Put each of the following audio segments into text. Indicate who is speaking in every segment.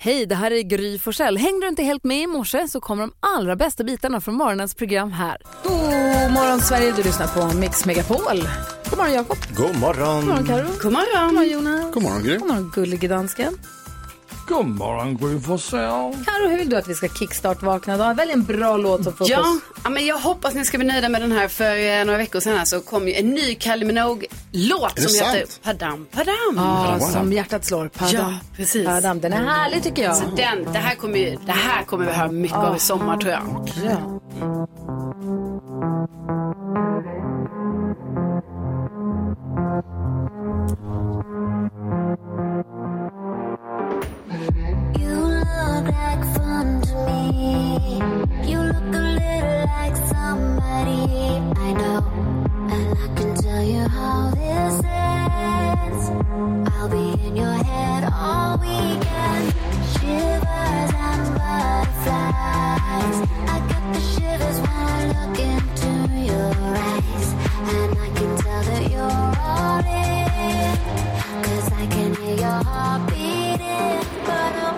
Speaker 1: Hej, det här är Gry Forssell. Hängde du inte helt med i morse så kommer de allra bästa bitarna från morgonens program här.
Speaker 2: God morgon Sverige, du lyssnar på Mix Megapol. God morgon Jakob.
Speaker 3: God
Speaker 2: God morgon
Speaker 3: morgon.
Speaker 2: Karo. God morgon. God morgon Jonas.
Speaker 3: God morgon, Gry.
Speaker 2: God morgon gullige dansken.
Speaker 4: God morgon, Gry Forssell.
Speaker 2: Karo, hur vill du att vi ska kickstart-vakna idag? Välj en bra låt Mm. som får
Speaker 5: Ja,
Speaker 2: oss...
Speaker 5: ja, men jag hoppas ni ska bli nöjda med den här. För eh, några veckor sedan här så kom ju en ny Kylie Minogue-låt
Speaker 2: Är det
Speaker 5: som heter
Speaker 2: sant?
Speaker 5: Padam Padam.
Speaker 2: Ja, som hjärtat slår. Padam.
Speaker 5: Ja, precis.
Speaker 2: Padam. Den är härlig tycker jag.
Speaker 5: Så den, det, här kommer, ju- det här kommer vi höra mycket av i sommar tror jag.
Speaker 2: Ja.
Speaker 6: You look like fun to me. You look a little like somebody I know, and I can tell you how this ends. I'll be in your head all weekend. Shivers and butterflies. I get the shivers when I look into your eyes, and I can tell that you're all in. 'Cause I can hear your heart beating, but I'm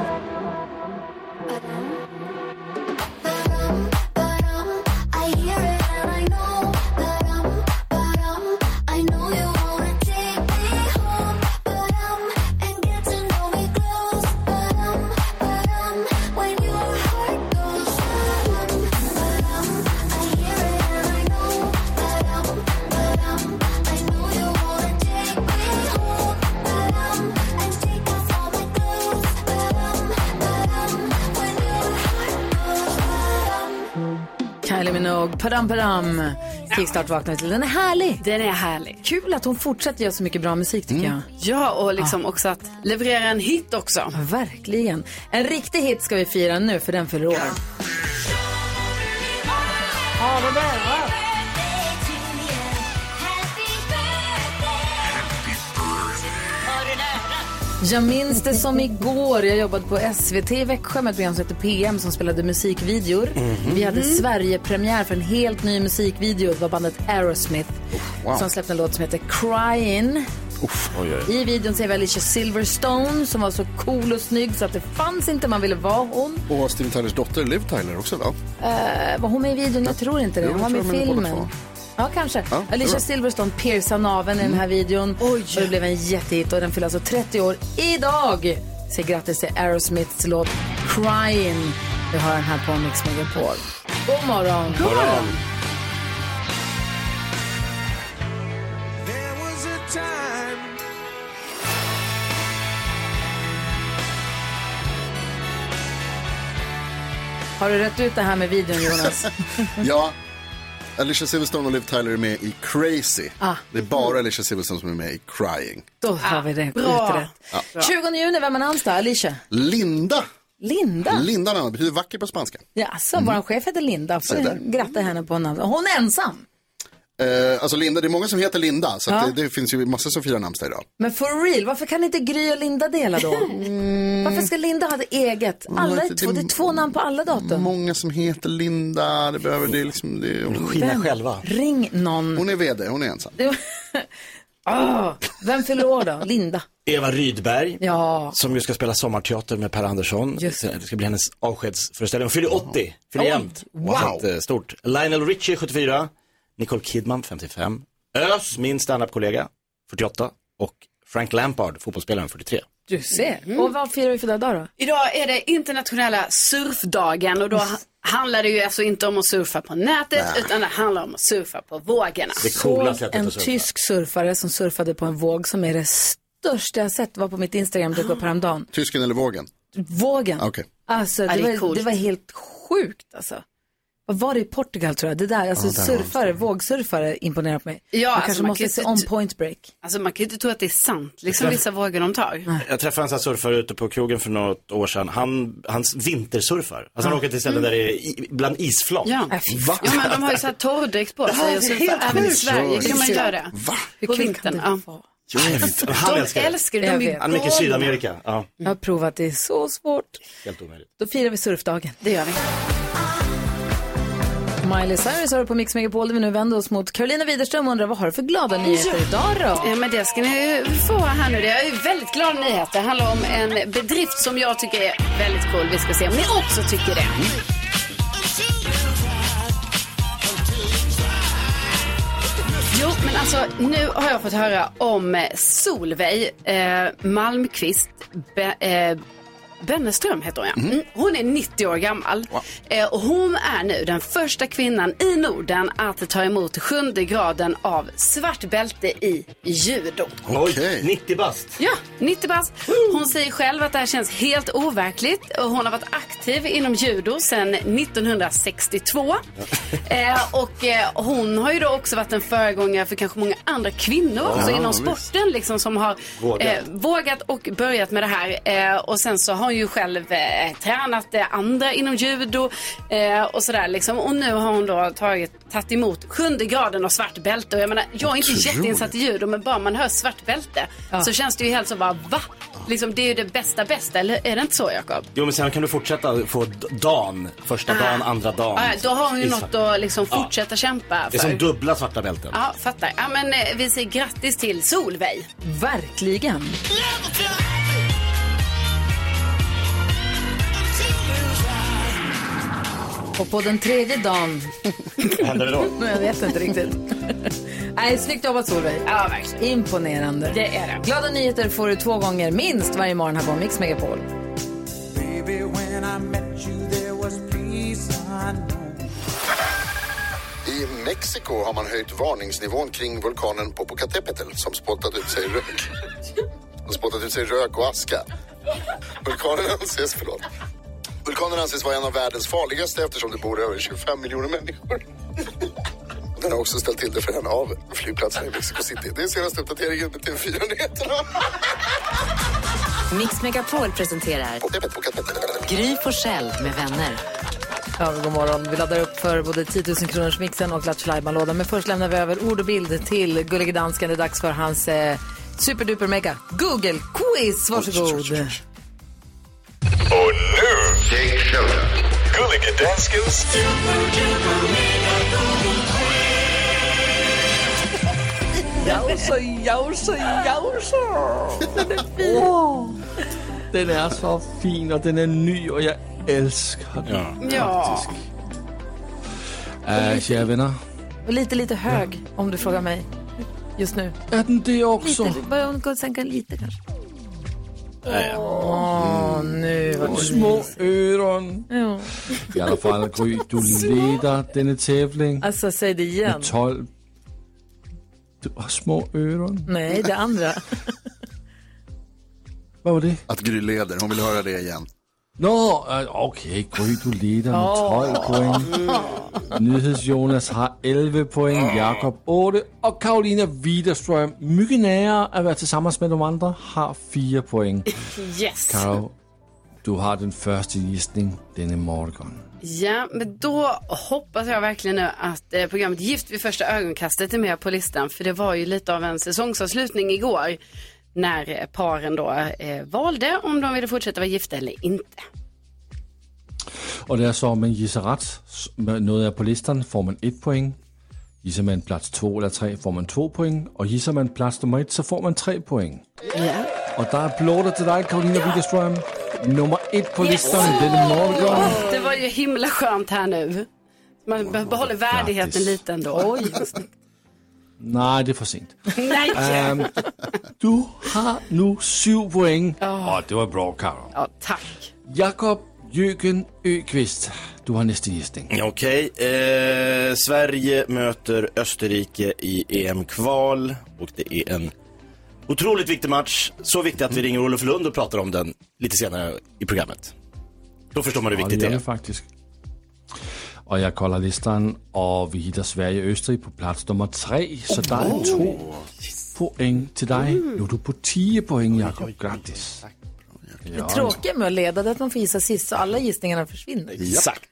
Speaker 6: I hear it and I know that I'm, but I'm, I know you wanna take me home, but I'm, and get to know me close, but I'm, but I'm, when your heart goes, but I'm, but I'm, I hear it and I know that I'm, but I'm, I know you wanna take me home, but I'm, and take off all my clothes, but I'm, but I'm, when your heart goes,
Speaker 2: Kylie Minogue, Padam Padam. Kickstart-vakna till. Den är härlig. Mm.
Speaker 5: Den är härlig.
Speaker 2: Kul att hon fortsätter göra så mycket bra musik tycker jag.
Speaker 5: Ja, och liksom också att leverera en hit också.
Speaker 2: Verkligen. En riktig hit ska vi fira nu för den fyller år. Ja, vad bra. Jag minns det som igår. Jag jobbade på SVT i Växjö med ett program som hette PM som spelade musikvideor. Vi hade Sverige-premiär för en helt ny musikvideo. Det var bandet Aerosmith
Speaker 7: Wow.
Speaker 2: som släppte en låt som heter Cryin'.
Speaker 7: Oj, oj.
Speaker 2: I videon ser vi Alicia Silverstone som var så cool och snygg så att det fanns inte man ville vara hon.
Speaker 8: Och Steven Tylers dotter Liv Tyler också va?
Speaker 2: Eh, var hon med i videon? Jag tror inte det.
Speaker 8: Jo,
Speaker 2: Hon var
Speaker 8: jag
Speaker 2: med
Speaker 8: tror
Speaker 2: i
Speaker 8: de är båda
Speaker 2: filmen.
Speaker 8: två.
Speaker 2: Ja, kanske.
Speaker 8: Ja, det Mm.
Speaker 2: Alicia
Speaker 8: var.
Speaker 2: Silverstone piercar naveln i den här videon. Och det blev en jättehit och den fyller alltså 30 år idag. Säg grattis till Aerosmiths låt Crying. Vi har den här på Mix Megapol. God morgon!
Speaker 6: God morgon.
Speaker 2: Har du rätt ut det här med videon, Jonas?
Speaker 8: Ja. Alicia Silverstone och Liv Tyler är med i Crazy.
Speaker 2: Ah.
Speaker 8: Det är bara Alicia Silverstone som är med i Crying.
Speaker 2: Då har vi det
Speaker 8: bra.
Speaker 2: utrett.
Speaker 8: Ja.
Speaker 2: 20 juni, vem är namnsdag? Alicia?
Speaker 8: Linda.
Speaker 2: Linda?
Speaker 8: Linda namn betyder vacker på spanska.
Speaker 2: Ja, alltså,
Speaker 8: Mm.
Speaker 2: vår chef heter Linda.
Speaker 8: Se
Speaker 2: Så
Speaker 8: där.
Speaker 2: gratta henne på namnsdag. Hon är ensam.
Speaker 8: Eh, alltså Linda, det är många som heter Linda. Så
Speaker 2: Ja.
Speaker 8: att det, det finns ju massor som firar namnsdag idag.
Speaker 2: Men for real, varför kan inte Gry och Linda dela då? Mm. Varför ska Linda ha det eget? Alla är
Speaker 8: det-
Speaker 2: två, Mm, det är två namn på alla datum.
Speaker 8: Många som heter Linda, det behöver det är liksom. Det, hon
Speaker 2: skiner Vem? själva. Ring någon.
Speaker 8: Hon är vd, hon är ensam.
Speaker 2: Ah, vem fyller år då? Linda.
Speaker 3: Eva Rydberg,
Speaker 2: Ja.
Speaker 3: som ju ska spela sommarteater med Per Andersson. Det ska bli hennes avskedsföreställning. Hon fyller 80, fyller
Speaker 2: Oj,
Speaker 3: jämnt.
Speaker 2: wow.
Speaker 3: Så att, eh, stort. Lionel Richie 74, Nicole Kidman 55, Ös, min standup-kollega 48 och Frank Lampard, fotbollsspelaren 43.
Speaker 2: Du ser. Och vad firar vi för dag då?
Speaker 5: Idag är det internationella surfdagen och då ha- handlar det ju alltså inte om att surfa på nätet utan det handlar om att surfa på vågorna.
Speaker 2: Det coola Såg En tysk surfare som surfade på en våg som är det största jag sett var på mitt Instagram dök upp häromdagen.
Speaker 8: Tysken eller vågen?
Speaker 2: Vågen.
Speaker 8: Okej.
Speaker 2: Alltså
Speaker 5: Ja,
Speaker 2: det,
Speaker 5: det är
Speaker 2: var,
Speaker 5: coolt.
Speaker 2: det var helt sjukt alltså. Vad var det i Portugal tror jag? Det där, alltså
Speaker 5: Ja, där var det
Speaker 2: surfare, vågsurfare imponerar på mig.
Speaker 5: Ja,
Speaker 2: jag
Speaker 5: alltså,
Speaker 2: kanske
Speaker 5: man
Speaker 2: måste
Speaker 5: kan
Speaker 2: se
Speaker 5: inte-
Speaker 2: om point break.
Speaker 5: Alltså man kan ju inte tro att det är sant, liksom vissa vågor de tar.
Speaker 3: Jag träffade en sån här surfare ute på krogen för något år sedan. Han, han vintersurfar. Alltså han
Speaker 5: Ja.
Speaker 3: åker till ställen där det är i, bland isflak.
Speaker 5: Ja.
Speaker 3: Va?
Speaker 5: Ja, men de har ju så här torrdräkt på
Speaker 3: Det här
Speaker 5: sig
Speaker 3: är
Speaker 5: och surfar.
Speaker 3: helt
Speaker 5: Även i
Speaker 3: sjukt.
Speaker 5: Sverige kan man
Speaker 3: Sjukt.
Speaker 5: göra det.
Speaker 8: Va?
Speaker 5: På vintern. Ja.
Speaker 3: Han
Speaker 5: De
Speaker 3: älskar det.
Speaker 5: älskar det.
Speaker 2: Jag
Speaker 5: De är
Speaker 2: vet.
Speaker 3: Han är mycket i Sydamerika. Ja,
Speaker 2: Jag har provat, det är så svårt.
Speaker 3: helt omöjligt.
Speaker 2: Då firar vi surfdagen.
Speaker 5: Det gör vi.
Speaker 2: Miley Cyrus har du på Mix Megapol där vi nu vänder oss mot Carolina Widerström och undrar vad har du för glada nyheter idag då?
Speaker 5: Ja, men det ska ni ju få här nu. Det är ju väldigt glada nyheter. Det handlar om en bedrift som jag tycker är väldigt cool. Vi ska se om ni också tycker det. Jo, men alltså nu har jag fått höra om eh, Solveig eh, Malmqvist Be- eh, Benneström heter hon ja. Mm. Hon är 90 år gammal. Eh, och hon är nu den första kvinnan i Norden att ta emot sjunde graden av svart bälte i judo.
Speaker 8: Okej.
Speaker 3: Oj, 90 bast.
Speaker 5: Ja, 90 bast. Hon säger själv att det här känns helt overkligt. Och Hon har varit aktiv inom judo sedan 1962. eh, och eh, hon har ju då också varit en föregångare för kanske många andra kvinnor också inom
Speaker 8: visst.
Speaker 5: sporten liksom, som har
Speaker 3: Vågat.
Speaker 5: eh, vågat och börjat med det här. Eh, och sen så har hon ju själv eh, tränat eh, andra inom judo eh, och sådär liksom. Och nu har hon då tagit, tagit emot sjunde graden av svart bälte. Och jag menar, jag är inte
Speaker 8: Otroligt.
Speaker 5: jätteinsatt i judo, men bara man hör svart bälte så känns det ju helt så bara va? Liksom, det är ju det bästa bästa, eller är det inte så Jakob?
Speaker 3: Jo, men sen kan du fortsätta få d- dan. Första dan, andra dan.
Speaker 5: Ah, ja, då har hon ju
Speaker 3: I-
Speaker 5: något att Ah. liksom fortsätta kämpa
Speaker 3: Det
Speaker 5: för.
Speaker 3: är som dubbla svarta bälten.
Speaker 5: Ja, fattar. Ja, men eh, vi säger grattis till Solveig.
Speaker 2: Verkligen. Och på den tredje dagen,
Speaker 3: Vad händer det då?
Speaker 2: jag vet inte riktigt. Nej, snyggt jobbat Solveig.
Speaker 5: Ja, verkligen.
Speaker 2: Imponerande.
Speaker 5: Det är det.
Speaker 2: Glada nyheter får du två gånger minst varje morgon här på Mix Megapol.
Speaker 8: I Mexiko har man höjt varningsnivån kring vulkanen Popocatépetl som spottat ut sig rök. Som spottat ut sig rök och aska. Vulkanen anses, förlåt. Vulkanen anses vara en av världens farligaste eftersom det bor över 25 miljoner människor. Den har också ställt till det för en av flygplatserna i Mexico City. Det är senaste uppdateringen med TV4-nyheterna.
Speaker 9: Mix Megapol presenterar
Speaker 8: Popocatépetl.
Speaker 9: Gry Forssell med vänner.
Speaker 2: Ja, god morgon. Vi laddar upp för både 10 000 kronors mixen och Lattjo Lajban-lådan. Men först lämnar vi över ord och bild till Gullige Dansken. Det är dags för hans eh, superduper mega Google-quiz. Varsågod.
Speaker 10: Och nu, Gullige Danskens
Speaker 11: Jausa, jausa, jausa. Den är så fin och den är ny och jag älskar den.
Speaker 5: Ja.
Speaker 11: Äh, kära vänner,
Speaker 2: Och lite, lite hög om du frågar mig just nu.
Speaker 11: är den det också?
Speaker 2: Lite, bara gå och sänka lite kanske. Åh, nu vad
Speaker 11: Små öron.
Speaker 2: Ja.
Speaker 11: I alla fall Gry, du leder denna tävling.
Speaker 2: Alltså, säg det igen.
Speaker 11: 12. Du har små öron.
Speaker 2: Nej, det andra.
Speaker 11: Vad var det?
Speaker 8: Att Gry leder, hon vill höra det igen.
Speaker 11: Nå, øh, okay, Gry, du leder med 12 point. Nyheds Jonas har 11 point, Jakob 8, og Karolina Widerstrøm, mycket nære at være tilsammen med de andre, har 4 point.
Speaker 5: Yes.
Speaker 11: Karo, du har den første gissning denne morgen.
Speaker 5: Ja, men då hoppas jag verkligen nu att eh, programmet Gift vid första ögonkastet är med på listan. För det var ju lite av en säsongsavslutning igår. När eh, paren då eh, valde om de ville fortsätta vara gifta eller inte.
Speaker 11: Og det er så, om man gisser ret, s- med noget er på listen, får man 1 point. Gisser man plads 2 eller 3, får man 2 point. Og gisser man plads nummer 1, så får man 3 point.
Speaker 2: Ja.
Speaker 11: Og der er blotter til dig, Karolina Widerstrøm. Nummer 1 på listen denne morgen.
Speaker 5: Det var ju himla skönt här nu. Man be- behåller värdigheten
Speaker 11: Grattis.
Speaker 5: lite ändå. Oj.
Speaker 11: Nej, det er for sent.
Speaker 5: Nej.
Speaker 11: Øhm, du har nu 7 point. Åh, det var bra, Karo.
Speaker 5: Ja, tack.
Speaker 11: Jakob Jøgen Øqvist, du har næste gæstning.
Speaker 3: Ja, Okej, eh, Sverige möter Österrike i EM-kval och det är en otroligt viktig match. Så viktig att vi ringer Olof Lund och pratar om den lite senare i programmet. Då förstår man hur
Speaker 11: Ja,
Speaker 3: viktigt det
Speaker 11: det
Speaker 3: är.
Speaker 11: faktisk. Og jeg kolder listen, og vi hitter Sverige og Østrig på plads nummer 3, så der er to point til dig.
Speaker 5: Mm.
Speaker 11: Nu er du på 10 point, Jakob. Grattis.
Speaker 2: Det tråkiga med att leda det är att man får gissa sist så alla gissningarna försvinner.
Speaker 3: Exakt.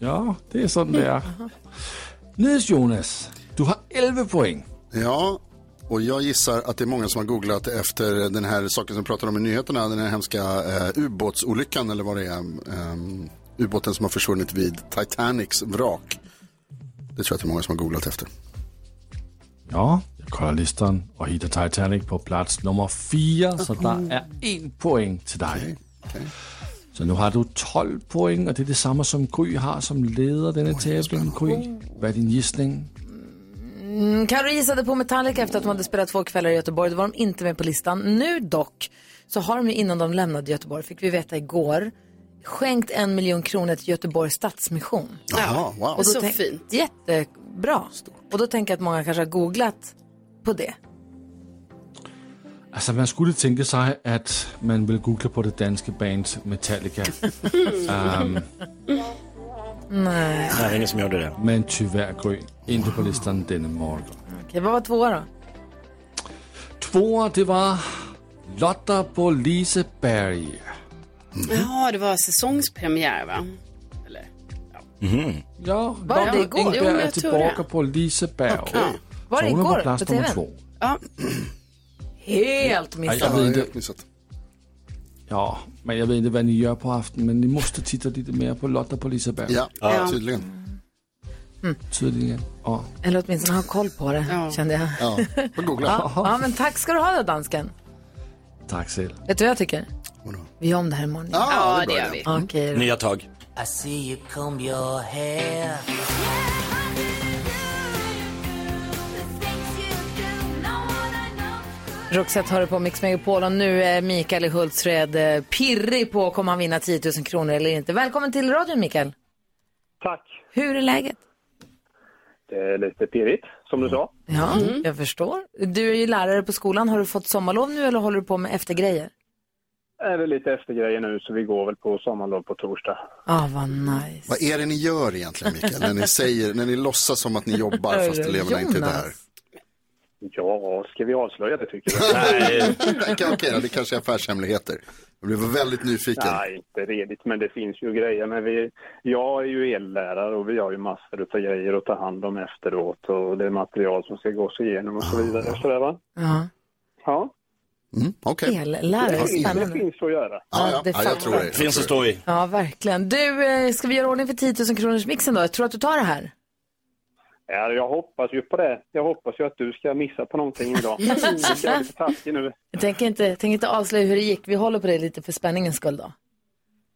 Speaker 11: Ja, det er sådan, det er. Niels Jonas, du har 11 point.
Speaker 8: Ja, Och jag gissar att det är många som har googlat efter den här saken som vi pratade om i nyheterna, den här hemska eh, ubåtsolyckan eller vad det är. ehm, ubåten som har försvunnit vid Titanics vrak. Det tror jag att det är många som har googlat efter.
Speaker 11: Ja, jag kollar listan och hittar Titanic på plats nummer fyra, så där är en poäng till dig. Så nu har du 12 poäng, och det är detsamma som Gry har som leder denna tävling. Gry, vad är din gissning?
Speaker 2: Mm, Karo gissade på Metallica efter att de hade spelat två kvällar i Göteborg. Då var de inte med på listan. Nu dock, så har de ju innan de lämnade Göteborg, fick vi veta igår, skänkt en miljon kronor till Göteborgs Stadsmission.
Speaker 8: Jaha, wow.
Speaker 2: Och då
Speaker 5: Så
Speaker 2: tänk-
Speaker 5: fint.
Speaker 2: Jättebra. Och då tänker jag att många kanske har googlat på det.
Speaker 11: Altså, man skulle tænke sig, at man ville google på det danske band Metallica. Ehm,
Speaker 2: Nej.
Speaker 3: Nej, ingen som gjorde det.
Speaker 11: men tyvärr, Gry, inte på listan denne morgen.
Speaker 2: Okej, vad var tvåa då?
Speaker 11: Tvåer, det var Lotta på Liseberg.
Speaker 5: Ja, det var säsongspremiär va? Eller?
Speaker 3: Mhm.
Speaker 11: Ja,
Speaker 2: Var det
Speaker 11: Lotta
Speaker 2: igår?
Speaker 5: Jo, men
Speaker 11: Engberg er
Speaker 5: jag tror
Speaker 11: tilbage på Liseberg.
Speaker 8: Okay.
Speaker 2: Var det
Speaker 11: Så hun er på
Speaker 2: igår
Speaker 11: plads
Speaker 2: på
Speaker 11: nummer
Speaker 2: tvn?
Speaker 11: två.
Speaker 5: Ja,
Speaker 2: Helt
Speaker 11: Ej,
Speaker 2: missat.
Speaker 11: jeg ved
Speaker 8: Ja,
Speaker 11: ikke,
Speaker 8: helt missat.
Speaker 11: ja, men jeg ved ikke, hvad ni gør på aftenen, men ni måste titta lite mer på Lotta på Liseberg.
Speaker 8: Ja,
Speaker 5: Ja.
Speaker 8: tydligen.
Speaker 11: Tydligen. Og
Speaker 2: Eller åtminstone ha koll på det,
Speaker 5: Ja.
Speaker 2: kände jag.
Speaker 8: Ja, får googla.
Speaker 2: Ja. ja, men tack ska du ha då, dansken.
Speaker 11: tak selv.
Speaker 2: Vet du vad jag tycker?
Speaker 8: Vadå?
Speaker 2: Vi gör om det här imorgon.
Speaker 8: Ja,
Speaker 5: ja det
Speaker 8: bra Mm.
Speaker 5: gör vi.
Speaker 2: Okej.
Speaker 3: Nya tag.
Speaker 2: Roxette hör på Mix Megapol och nu är Mikael i Hultsfred eh, pirrig på om han vinna 10 000 kronor eller inte. Välkommen till radion Mikael.
Speaker 12: Tack.
Speaker 2: Hur är läget?
Speaker 12: Det är lite pirrigt, som du sa.
Speaker 2: Ja, Mm. jag förstår. Du är ju lärare på skolan. Har du fått sommarlov nu eller håller du på med eftergrejer?
Speaker 12: Det är väl lite eftergrejer nu, så vi går väl på sommarlov på torsdag.
Speaker 2: Ah, vad nice.
Speaker 8: Vad är det ni gör egentligen, Mikael? När ni, säger, när ni låtsas som att ni jobbar fast eleverna inte är där.
Speaker 12: Ja, ska vi avslöja det tycker du?
Speaker 8: Nej. Okej, okej, det kanske är affärshemligheter. Jag blev väldigt nyfiken.
Speaker 12: Nej, inte redigt, men det finns ju grejer. Men vi, jag är ju ellärare och vi har ju massor av grejer att ta hand om efteråt och det är material som ska gås igenom och så vidare. Så där, va?
Speaker 2: Ja.
Speaker 12: Ja,
Speaker 8: Ah. Mm, okej.
Speaker 2: Ellärare,
Speaker 12: det
Speaker 2: spännande.
Speaker 12: finns att göra.
Speaker 8: Ja,
Speaker 2: Ja,
Speaker 8: ja.
Speaker 2: det
Speaker 8: ja, jag
Speaker 2: fattar.
Speaker 8: tror det. Jag
Speaker 3: Finns att
Speaker 8: tror
Speaker 3: stå i.
Speaker 2: Ja, verkligen. Du, eh, ska vi göra ordning för 10 000 kronors mixen då? Jag tror att du tar det här.
Speaker 12: Ja, jag hoppas ju på det. Jag hoppas ju att du ska missa på någonting idag. Jag är lite taskig nu.
Speaker 2: Jag tänker inte, tänker inte avslöja hur det gick. Vi håller på det lite för spänningens skull då.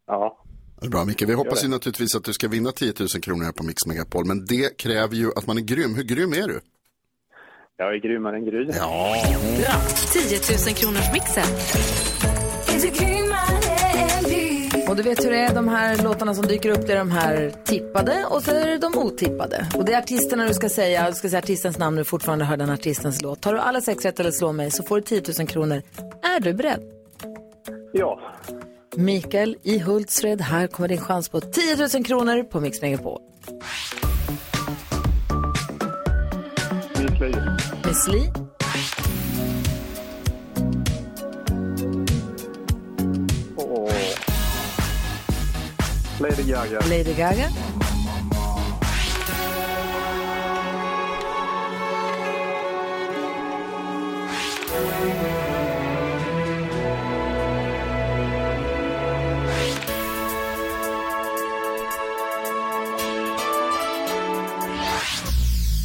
Speaker 12: Ja,
Speaker 8: det. Bra, Mikael. Vi hoppas ju
Speaker 12: det.
Speaker 8: naturligtvis att du ska vinna 10 000 kronor här på Mix Megapol, men det kräver ju att man är grym. Hur grym är du?
Speaker 12: jag är grymmare än Gry.
Speaker 8: Ja,
Speaker 9: 10 000 kronors mixen.
Speaker 2: Och du vet hur det är, de här låtarna som dyker upp, det är de här tippade och så är det de otippade. Och det är artisterna du ska säga, du ska säga artistens namn när du fortfarande hör den artistens låt. Tar du alla sex rätt eller slår mig så får du 10 000 kronor. Är du beredd?
Speaker 12: Ja,
Speaker 2: Mikael i Hultsfred, här kommer din chans på 10 000 kronor på Mix Megapol.
Speaker 12: mitt liv.
Speaker 2: Miss Li,
Speaker 12: Åh. Lady Gaga.
Speaker 2: Lady Gaga,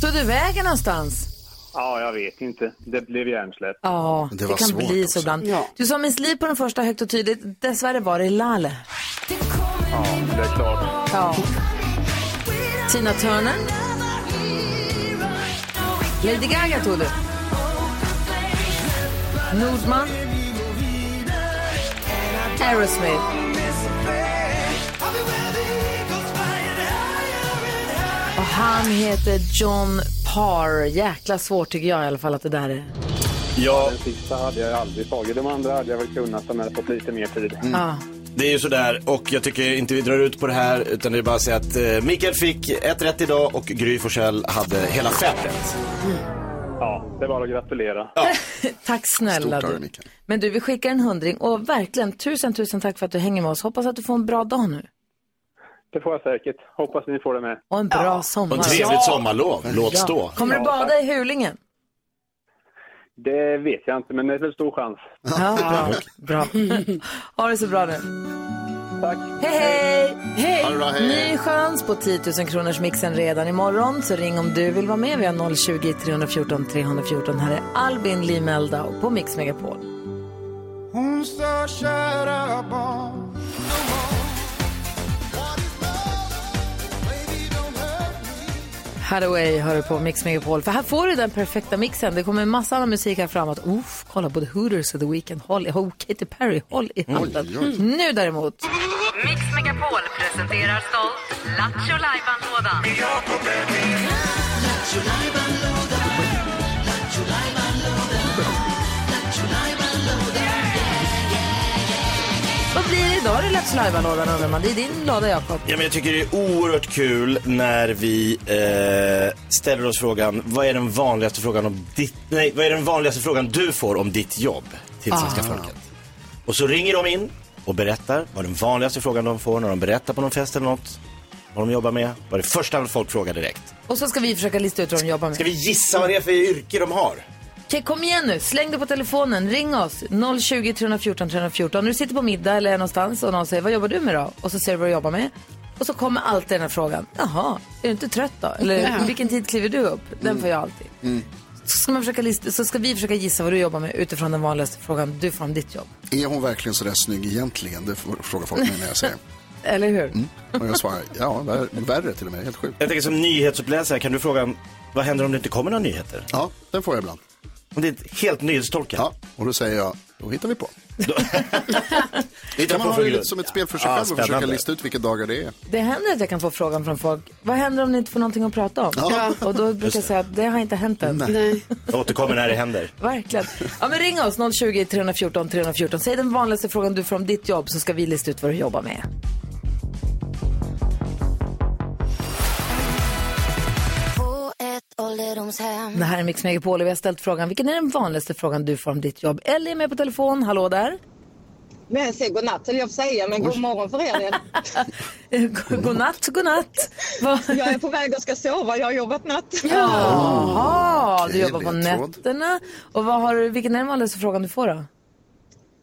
Speaker 2: tog du vägen någonstans?
Speaker 12: Ja, jag vet inte. Det blev hjärnsläpp.
Speaker 2: Ja, det,
Speaker 8: Det var
Speaker 2: kan
Speaker 8: svårt
Speaker 2: bli så
Speaker 8: också.
Speaker 2: ibland.
Speaker 5: Ja.
Speaker 2: Du sa Miss Li på den första högt och tydligt. Dessvärre var det Lale.
Speaker 12: Ja, det är klart.
Speaker 2: Ja. Tina Turner. Lady Gaga tog du. Nordman. Aerosmith. Och han heter John Parr. Jäkla svårt tycker jag i alla fall att det där är.
Speaker 3: Ja,
Speaker 12: Den sista hade jag aldrig tagit. De andra hade jag väl kunnat om jag hade fått lite mer tid.
Speaker 8: Mm.
Speaker 2: Ja.
Speaker 3: det är ju sådär och jag tycker inte vi drar ut på det här utan det är bara att säga att eh, Mikael fick ett rätt idag och Gry Forssell hade hela fem rätt.
Speaker 12: Ja, det var att gratulera.
Speaker 2: Tack snälla
Speaker 8: Stort tack,
Speaker 2: du.
Speaker 8: Mikael.
Speaker 2: Men du, vi skickar en hundring och verkligen tusen, tusen tack för att du hänger med oss. Hoppas att du får en bra dag nu
Speaker 12: Det får jag säkert. Hoppas ni får det med.
Speaker 2: och en bra
Speaker 3: Och
Speaker 2: sommar.
Speaker 3: ett trevligt sommarlov. Låt
Speaker 2: Ja.
Speaker 3: stå.
Speaker 2: Kommer du
Speaker 12: Ja,
Speaker 2: bada i Hulingen?
Speaker 12: Det vet jag inte, men det är väl stor chans.
Speaker 2: Ja, bra. ha det så bra nu.
Speaker 12: Tack.
Speaker 2: Hej, hej!
Speaker 12: Ha det bra, hej.
Speaker 2: Ny chans på 10 000 kronors mixen redan imorgon. Så ring om du vill vara med. Vi har 020-314 314. Här är Albin Lee Meldau på Mix Megapol.
Speaker 10: Hon sa kära barn
Speaker 2: Hathaway hör du på Mix Megapol. För här får du den perfekta mixen. Det kommer en massa annan musik här framåt. Oof, kolla både Hooters och The Weeknd. Håll i, oh, Katy Perry, håll i handen. Nu däremot.
Speaker 9: Mix Megapol presenterar stolt Lattjo Lajban-lådan.
Speaker 2: Vad blir det idag? Det är Let's Live-lådan undrar man. Det är din låda, Jakob.
Speaker 3: Ja, men jag tycker det är oerhört kul när vi eh, ställer oss frågan, vad är den vanligaste frågan om ditt, nej, vad är den vanligaste frågan du får om ditt jobb till svenska
Speaker 13: Ah.
Speaker 3: folket? Och så ringer de in och berättar vad den vanligaste frågan de får när de berättar på någon fest eller något, vad de jobbar med, vad det första folk frågar direkt.
Speaker 2: Och så ska vi försöka lista ut vad de jobbar med.
Speaker 3: Ska vi gissa vad det är för yrke de har?
Speaker 2: Okej, kom igen nu. Släng dig på telefonen. Ring oss. 020 314 314. När du sitter på middag eller är någonstans och någon säger vad jobbar du med då? Och så säger du vad du jobbar med. Och så kommer alltid den här frågan. Jaha, är du inte trött då? Eller
Speaker 10: Ja.
Speaker 2: vilken tid kliver du upp? Den får jag alltid.
Speaker 8: Mm.
Speaker 2: Så ska, man försöka lista, så ska vi försöka gissa vad du jobbar med utifrån den vanligaste frågan du får om ditt jobb.
Speaker 8: Är hon verkligen så där snygg egentligen? Det får- frågar folk mig när jag säger. Mm.
Speaker 2: Eller hur?
Speaker 8: Och jag svarar, ja, vär- värre till och med. Helt sjukt.
Speaker 3: Jag tänker som nyhetsuppläsare, kan du fråga, vad händer om det inte kommer några nyheter?
Speaker 8: Ja, den får jag ibland.
Speaker 3: Om det är helt nyhetstorkat?
Speaker 8: Ja, och då säger jag, då hittar vi på. Det kan
Speaker 3: på
Speaker 8: man ha det
Speaker 3: frågor.
Speaker 8: lite som ett spel för sig
Speaker 3: Ja,
Speaker 8: själv och försöka
Speaker 3: spännande.
Speaker 8: lista ut vilka dagar det är.
Speaker 2: Det händer att jag kan få frågan från folk. Vad händer om ni inte får någonting att prata om?
Speaker 8: Ja.
Speaker 2: Och då brukar
Speaker 3: Just
Speaker 2: jag
Speaker 3: det.
Speaker 2: säga att det har inte hänt än.
Speaker 3: Jag återkommer när det händer.
Speaker 2: Verkligen. Ja, men ring oss, 020 314 314. Säg den vanligaste frågan du får om ditt jobb så ska vi lista ut vad du jobbar med.
Speaker 10: på ett ålderdomshem
Speaker 2: Det här är Mix Megapol och vi har ställt frågan, vilken är den vanligaste frågan du får om ditt jobb? Ellie är med på telefon, hallå där.
Speaker 14: Men säg godnatt höll jag på att säga, men god morgon för er. igen.
Speaker 2: godnatt, godnatt.
Speaker 14: jag är på väg och ska sova, jag har jobbat natt.
Speaker 2: Jaha, du
Speaker 14: Okej,
Speaker 2: jobbar på
Speaker 14: ledtråd.
Speaker 2: nätterna. Och vad har, du- vilken är den vanligaste frågan du får då?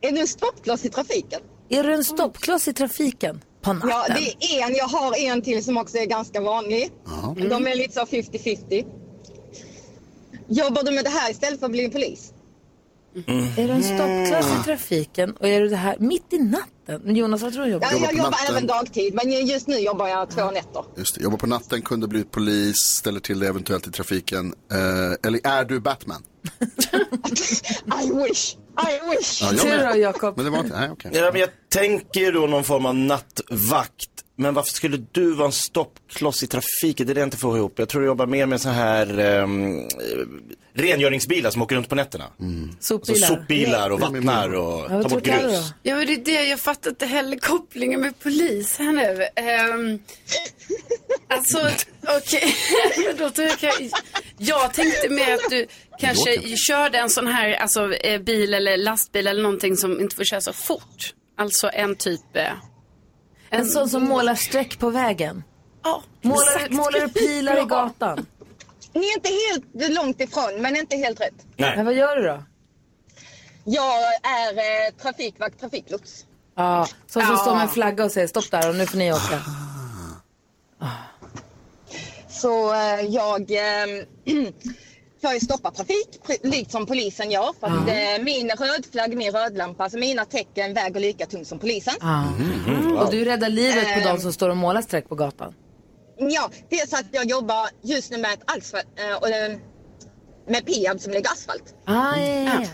Speaker 14: Är du en stoppkloss i trafiken?
Speaker 2: Är du en stoppkloss i trafiken? På natten?
Speaker 14: Ja, det är en. Jag har en till som också är ganska vanlig.
Speaker 2: Mm.
Speaker 14: De är lite så 50-50. Jobbar du med det här istället för att bli en polis?
Speaker 2: Är du
Speaker 14: Mm.
Speaker 2: en stoppkloss i trafiken och är du det här mitt i natten? Men Jonas, vad tror du jobbar?
Speaker 14: Ja, jag jobbar även dagtid, men just nu jobbar jag två nätter.
Speaker 8: Just det, jobbar på natten, kunde bli polis, ställer till det eventuellt i trafiken. Eh, eller är du Batman?
Speaker 14: I wish! I wish!
Speaker 8: Ja, jag Ser med. du då,
Speaker 2: Jakob?
Speaker 8: Men det var inte, nej okej.
Speaker 3: Ja, men jag tänker då någon form av nattvakt. Men varför skulle du vara en stoppkloss i trafiken? Det är det jag inte får ihop. Jag tror du jobbar mer med så här ehm, eh, rengöringsbilar som åker runt på nätterna.
Speaker 8: Mm.
Speaker 2: Sopbilar.
Speaker 3: Alltså sopbilar och vattnar och tar bort grus.
Speaker 5: Ja, men det är det. Jag fattar inte heller kopplingen med polis här nu. Ehm, alltså, okej. Men då tror jag, kan- jag tänkte mer att du kanske körde en sån här alltså, eh, bil eller lastbil eller någonting som inte får köra så fort. Alltså en typ... eh,
Speaker 2: En sån som målar streck på vägen?
Speaker 5: Ja,
Speaker 2: Målar, målar du pilar i gatan?
Speaker 14: Ni är inte helt långt ifrån, men inte helt rätt.
Speaker 3: Nej.
Speaker 2: Men vad gör du då?
Speaker 14: Jag är eh, trafikvakt, trafiklots.
Speaker 2: Ja, som som
Speaker 14: Ja.
Speaker 2: står med en flagga och säger stopp där och nu får ni åka.
Speaker 3: Ah.
Speaker 14: Så eh, jag, eh, jag ju stoppar trafik, pre- likt som polisen gör. För att, eh, min rödflagg, min rödlampa, alltså mina tecken väger lika tungt som polisen.
Speaker 2: Ah.
Speaker 3: Mm-hmm.
Speaker 2: Och du räddar livet på
Speaker 14: Eh.
Speaker 2: de som står och målar streck på gatan.
Speaker 14: Ja, det är så att jag jobbar just nu med ett asfalt, eh, och, eh, med Peab som lägger asfalt.
Speaker 2: Ah, ja, ja, ja.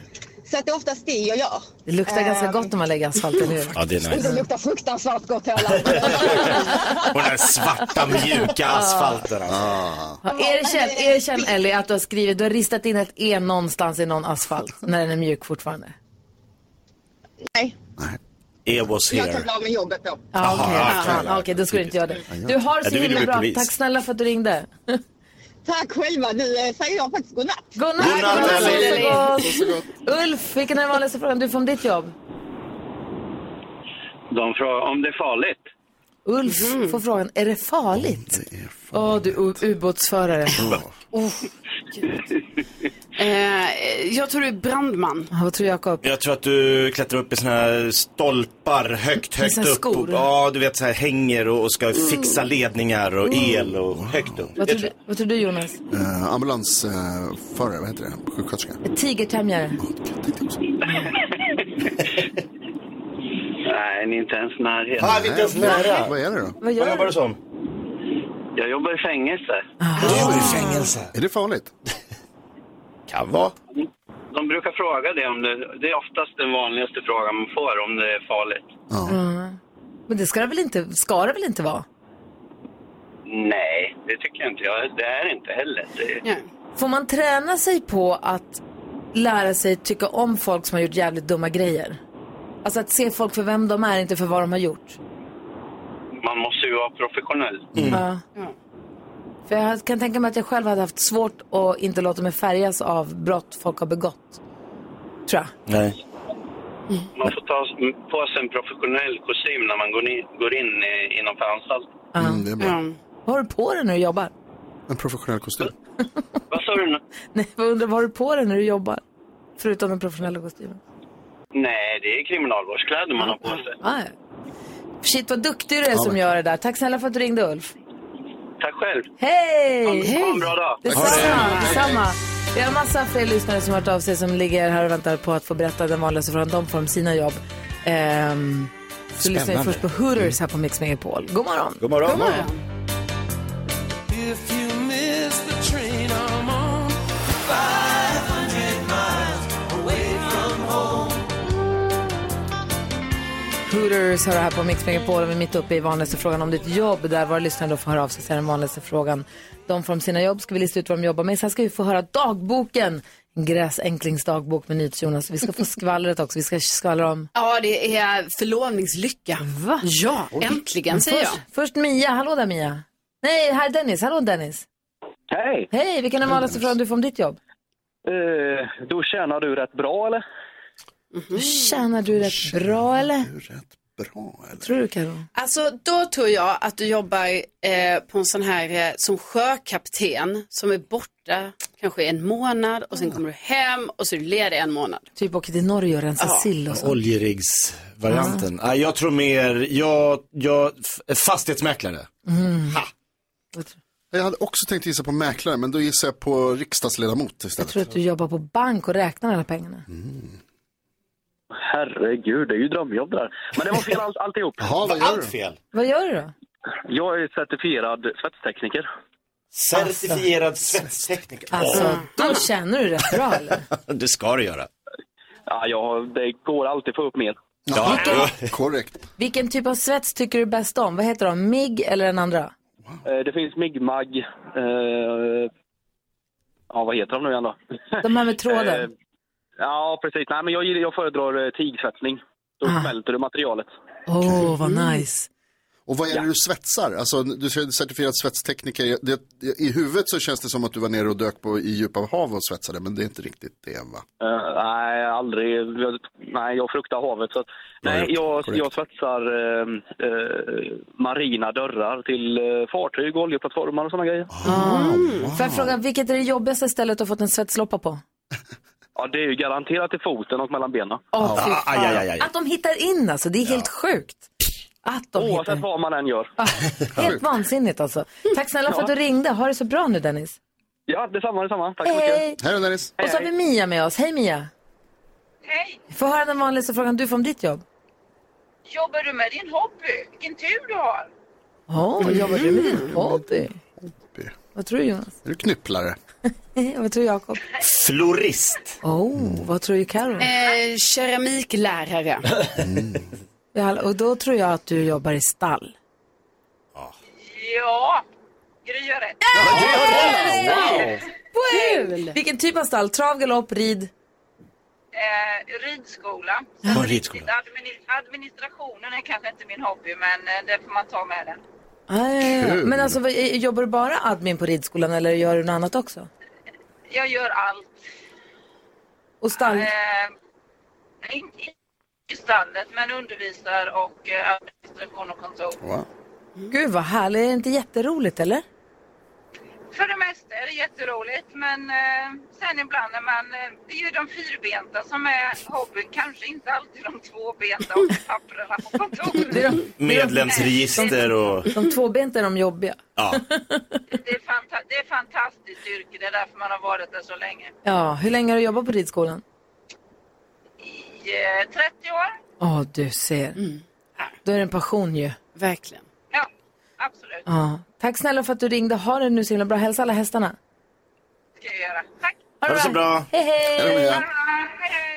Speaker 14: Så att det är oftast det jag gör.
Speaker 2: Det luktar
Speaker 14: Ehm.
Speaker 2: ganska gott när man lägger asfalt, eller hur?
Speaker 3: Ja, det är
Speaker 14: Och det
Speaker 3: nice.
Speaker 14: luktar fruktansvärt gott hela
Speaker 3: Och den här svarta mjuka
Speaker 2: Ah.
Speaker 3: asfalten alltså.
Speaker 2: Ja, Erkänn, erkänn Ellie att du har skrivit, du har ristat in ett E någonstans i någon asfalt när den är mjuk fortfarande.
Speaker 14: Nej,
Speaker 3: It was
Speaker 14: jag kan
Speaker 3: here.
Speaker 14: bli av med jobbet då.
Speaker 2: Ja, okej,
Speaker 3: Aha,
Speaker 2: fan,
Speaker 3: okej.
Speaker 2: okej, då skulle du inte göra det.
Speaker 3: ja.
Speaker 2: Du har
Speaker 3: Ja,
Speaker 2: det
Speaker 3: du
Speaker 2: så
Speaker 3: vill ju
Speaker 2: himla
Speaker 3: bli
Speaker 2: bra.
Speaker 3: polis.
Speaker 2: Tack snälla för att du ringde.
Speaker 14: Tack själva, nu eh, säger jag faktiskt godnatt.
Speaker 2: Godnatt,
Speaker 10: Godnatt, Ellie.
Speaker 2: så gott. Ulf, vilken är den vanligaste frågan du får om ditt jobb?
Speaker 12: De frågar om det är farligt.
Speaker 2: Ulf får frågan, är det farligt? Åh, du u- ubåtsförare. Oh,
Speaker 5: Eh, jag tror du är brandman.
Speaker 2: Vad tror Jakob?
Speaker 3: Jag tror att du klättrar upp i såna här stolpar högt, högt
Speaker 5: såna här
Speaker 3: upp.
Speaker 5: skor.
Speaker 3: Och, ja, du vet så här hänger och och ska fixa ledningar och el och högt upp.
Speaker 2: Mm. Vad tror, du, vad tror du Jonas?
Speaker 8: Eh, Ambulansförare, vad heter det? Sjuksköterska.
Speaker 2: Tigertämjare?
Speaker 13: Nej, ni är inte ens närheten.
Speaker 3: Ah, vi är inte ens nära.
Speaker 8: Vad är det då?
Speaker 2: Vad gör
Speaker 3: jobbar du som?
Speaker 13: Jag jobbar i fängelse.
Speaker 8: Du jobbar i
Speaker 2: Ah.
Speaker 8: fängelse. Är det farligt?
Speaker 3: kan vara.
Speaker 13: De brukar fråga det om det. Det är oftast den vanligaste frågan man får om det är farligt.
Speaker 2: Ja. Men det ska det väl inte, ska det väl inte vara?
Speaker 13: Nej, det tycker jag inte. Jag, det är inte heller. Det,
Speaker 2: Får man träna sig på att lära sig tycka om folk som har gjort jävligt dumma grejer? Alltså att se folk för vem de är, inte för vad de har gjort.
Speaker 13: Man måste ju vara professionell.
Speaker 8: Mm.
Speaker 2: Ja. Mm. För jag kan tänka mig att jag själv hade haft svårt att inte låta mig färgas av brott folk har begått. Tror jag.
Speaker 3: Nej.
Speaker 13: Man får ta s- på sig en professionell kostym när man går, ni, går in i, innanför anstalt.
Speaker 8: Mm, det är bra.
Speaker 2: Vad har du på dig när du jobbar?
Speaker 8: En professionell kostym.
Speaker 13: Vad sa du nu?
Speaker 2: Nej, jag undrar, vad har du på dig när du jobbar? Förutom den professionella kostymen.
Speaker 13: Nej, det är kriminalvårdskläder man har på sig.
Speaker 2: Ah, ja. Shit, vad duktig du är
Speaker 13: Ja,
Speaker 2: som
Speaker 13: men-
Speaker 2: gör det där. Tack snälla för att du ringde, Ulf.
Speaker 13: Tack själv.
Speaker 2: Hej!
Speaker 13: Ha en bra dag.
Speaker 2: Detsamma, detsamma. Vi har massa fler lyssnare som har hört av sig som ligger här och väntar på att få berätta den vanligaste frågan de får om sina jobb. Ehm, så
Speaker 15: Spännande.
Speaker 2: lyssnar vi först på Hooters här på Mix Megapol. God morgon!
Speaker 3: God morgon.
Speaker 2: God morgon.
Speaker 15: If you miss the train I'm on 500 miles away from home
Speaker 2: Hooters hör här på Mix Megapol och vi är mitt uppe i vanligaste frågan om ditt jobb. Där våra lyssnare då får höra av sig till den vanligaste frågan. De får om sina jobb, ska vi lista ut vad de jobbar med. Sen ska vi få höra dagboken. En gräsänklings dagbok med NyhetsJonas. Vi ska få skvallret också. Vi ska skvallra om...
Speaker 5: Ja, det är förlovningslycka. Va? Ja, äntligen
Speaker 2: Men
Speaker 5: säger jag.
Speaker 2: först, Först Mia. Hallå där Mia. Nej, här är Dennis. Hallå Dennis.
Speaker 16: Hej!
Speaker 2: Hej, vilken är den vanligaste frågan du får om ditt jobb?
Speaker 16: Eh, då tjänar du rätt bra eller?
Speaker 2: Mhm. Tjänar du rätt bra eller?
Speaker 8: Bra.
Speaker 2: Tror du Karo?
Speaker 5: Alltså då tror jag att du jobbar eh, på en sån här eh, som sjökapten som är borta kanske en månad och sen kommer du hem och så är du ledig en månad.
Speaker 2: Ah. Typ åker till Norge och rensar sill och sånt.
Speaker 3: Oljeriggsvarianten. Ah. jag tror mer, jag, jag, f- fastighetsmäklare.
Speaker 2: Mm.
Speaker 8: Jag hade också tänkt gissa på mäklare, men då gissar jag på riksdagsledamot
Speaker 2: Jag
Speaker 8: istället.
Speaker 2: tror att du jobbar på bank och räknar alla pengarna.
Speaker 16: Herregud, det är ju drömjobb där. Men det var fel allt, alltihop.
Speaker 8: Jaha,
Speaker 2: vad gör Allt du?
Speaker 3: fel.
Speaker 2: Vad gör du då?
Speaker 16: Jag är certifierad svetstekniker.
Speaker 3: Certifierad svetstekniker.
Speaker 2: Alltså,
Speaker 16: Mm.
Speaker 2: då tjänar du rätt bra eller?
Speaker 3: Åh, det ska du göra.
Speaker 16: Ja, jag, det går alltid att få upp mer.
Speaker 3: Ja,
Speaker 8: korrekt.
Speaker 2: Vilken typ av svets tycker du bäst om? Vad heter de? MIG eller den andra?
Speaker 16: Eh, Det finns MIG-MAG. Eh, ja, vad heter de nu igen då?
Speaker 2: De här med tråden?
Speaker 16: Eh, ja, precis. Nej, men jag, gillar- jag föredrar eh, tigsvetsning. Då
Speaker 2: Ah.
Speaker 16: smälter du materialet.
Speaker 2: Åh, oh, vad nice.
Speaker 8: Och vad är det du svetsar? Alltså, du är certifierad svetstekniker. Jag- Det, I huvudet så känns det som att du var nere och dök på i djupa hav och svetsade, men det är inte riktigt det, va?
Speaker 16: Eh, nej, aldrig. Jag, nej, jag fruktar havet. Så att, nej, jag, jag svetsar eh, eh, marina dörrar till eh, fartyg, oljeplattformar och sådana grejer.
Speaker 2: Ah, Mm.
Speaker 16: mm.
Speaker 2: Får jag fråga, vilket är det jobbigaste stället du har fått en svetsloppa på?
Speaker 16: Ja, det är ju garanterat i foten och mellan benen.
Speaker 2: Åh, fy
Speaker 8: Ah,
Speaker 2: fan. Att de hittar in alltså, det är helt sjukt. Att de Ah. hittar
Speaker 16: Oavsett vad man än gör.
Speaker 2: Helt vansinnigt alltså. Tack snälla för att du ringde. Ha det så bra nu Dennis.
Speaker 16: Ja, detsamma, detsamma. Tack så
Speaker 2: Hej.
Speaker 16: mycket.
Speaker 8: Hej då, Dennis.
Speaker 2: Och så har vi Mia med oss. Hej Mia. Hej. Få höra den vanligaste frågan du får om ditt jobb.
Speaker 17: Jobbar du med din hobby? Vilken tur du har!
Speaker 2: Åh, jobbar du med din hobby? Vad tror du Jonas?
Speaker 8: Är du knypplare?
Speaker 2: vad tror Jakob?
Speaker 3: Florist.
Speaker 2: Åh, Oh, vad tror du Karo?
Speaker 5: Eh, keramiklärare.
Speaker 2: Ja, och då tror jag att du jobbar i stall.
Speaker 17: Ja, Gry har rätt.
Speaker 2: Poäng! Vilken typ av stall? Trav, galopp, rid?
Speaker 17: Eh, ridskola.
Speaker 2: Ja,
Speaker 17: Så
Speaker 2: ridskola.
Speaker 17: riktigt admini- administrationen är kanske inte min hobby, men eh, det får man ta med den.
Speaker 2: Ah, ja, ja, ja.
Speaker 17: Kul.
Speaker 2: Men alltså, vad- jobbar du bara admin på ridskolan eller gör du något annat också?
Speaker 17: Jag gör allt.
Speaker 2: Och stall?
Speaker 17: Eh, inte i stallet, men undervisar och eh, administration och kontor.
Speaker 2: Mm. Gud vad härligt. Är det inte jätteroligt eller?
Speaker 17: För det mesta är det jätteroligt men eh, sen ibland när man, eh, det är ju de fyrbenta som är hobbyn, kanske inte alltid de tvåbenta och papperna på kontoret.
Speaker 3: Medlemsregister och...
Speaker 2: De tvåbenta är de jobbiga.
Speaker 3: Ja.
Speaker 17: Det är, fanta- det är fantastiskt yrke, det är därför man har varit där så länge.
Speaker 2: Ja, hur länge har du jobbat på ridskolan?
Speaker 17: I eh, 30 år,
Speaker 2: Ja, du ser.
Speaker 17: Mm.
Speaker 2: Då är det en passion ju.
Speaker 5: Verkligen.
Speaker 17: ja, absolut.
Speaker 2: Ja. Tack snälla för att du ringde. Ha det nu så himla bra. Hälsa alla hästarna.
Speaker 17: Det ska jag göra. Tack!
Speaker 2: Ha det så bra. Hej, hej.
Speaker 17: Ha det bra.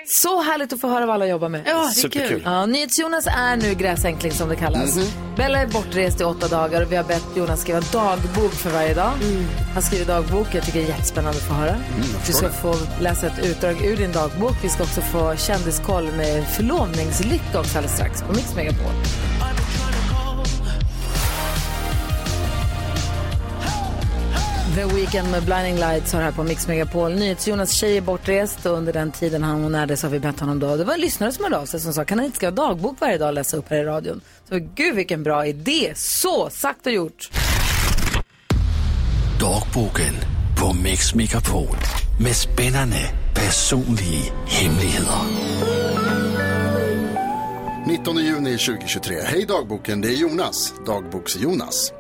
Speaker 2: Så härligt att få höra vad alla jobbar med.
Speaker 17: Ja, det är Superkul. kul.
Speaker 2: Ja, NyhetsJonas är nu gräsänkling som det kallas.
Speaker 17: Mhm.
Speaker 2: Bella är bortrest i åtta dagar och vi har bett Jonas skriva dagbok för varje dag.
Speaker 17: Mm.
Speaker 2: Han skriver dagbok, jag tycker det är jättespännande att få höra.
Speaker 10: jag
Speaker 2: vi
Speaker 10: förstår
Speaker 2: ska få läsa ett utdrag ur din dagbok. Vi ska också få kändiskoll med förlovningslycka också alldeles strax på Mix Megapol. The Weeknd med Blinding Lights har här på Mix Megapol. NyhetsJonas tjej är bortrest och under den tiden han hon är det så har vi bett honom då. Det var en lyssnare som hörde av sig som sa, kan han inte skriva dagbok varje dag och läsa upp här i radion? Så gud vilken bra idé! Så sagt och gjort!
Speaker 18: Dogboken på Mix Megapol med spännande personlige hemmeligheder.
Speaker 8: 19 juni 2023. Hej dagboken, det är Jonas. Dagboks-Jonas.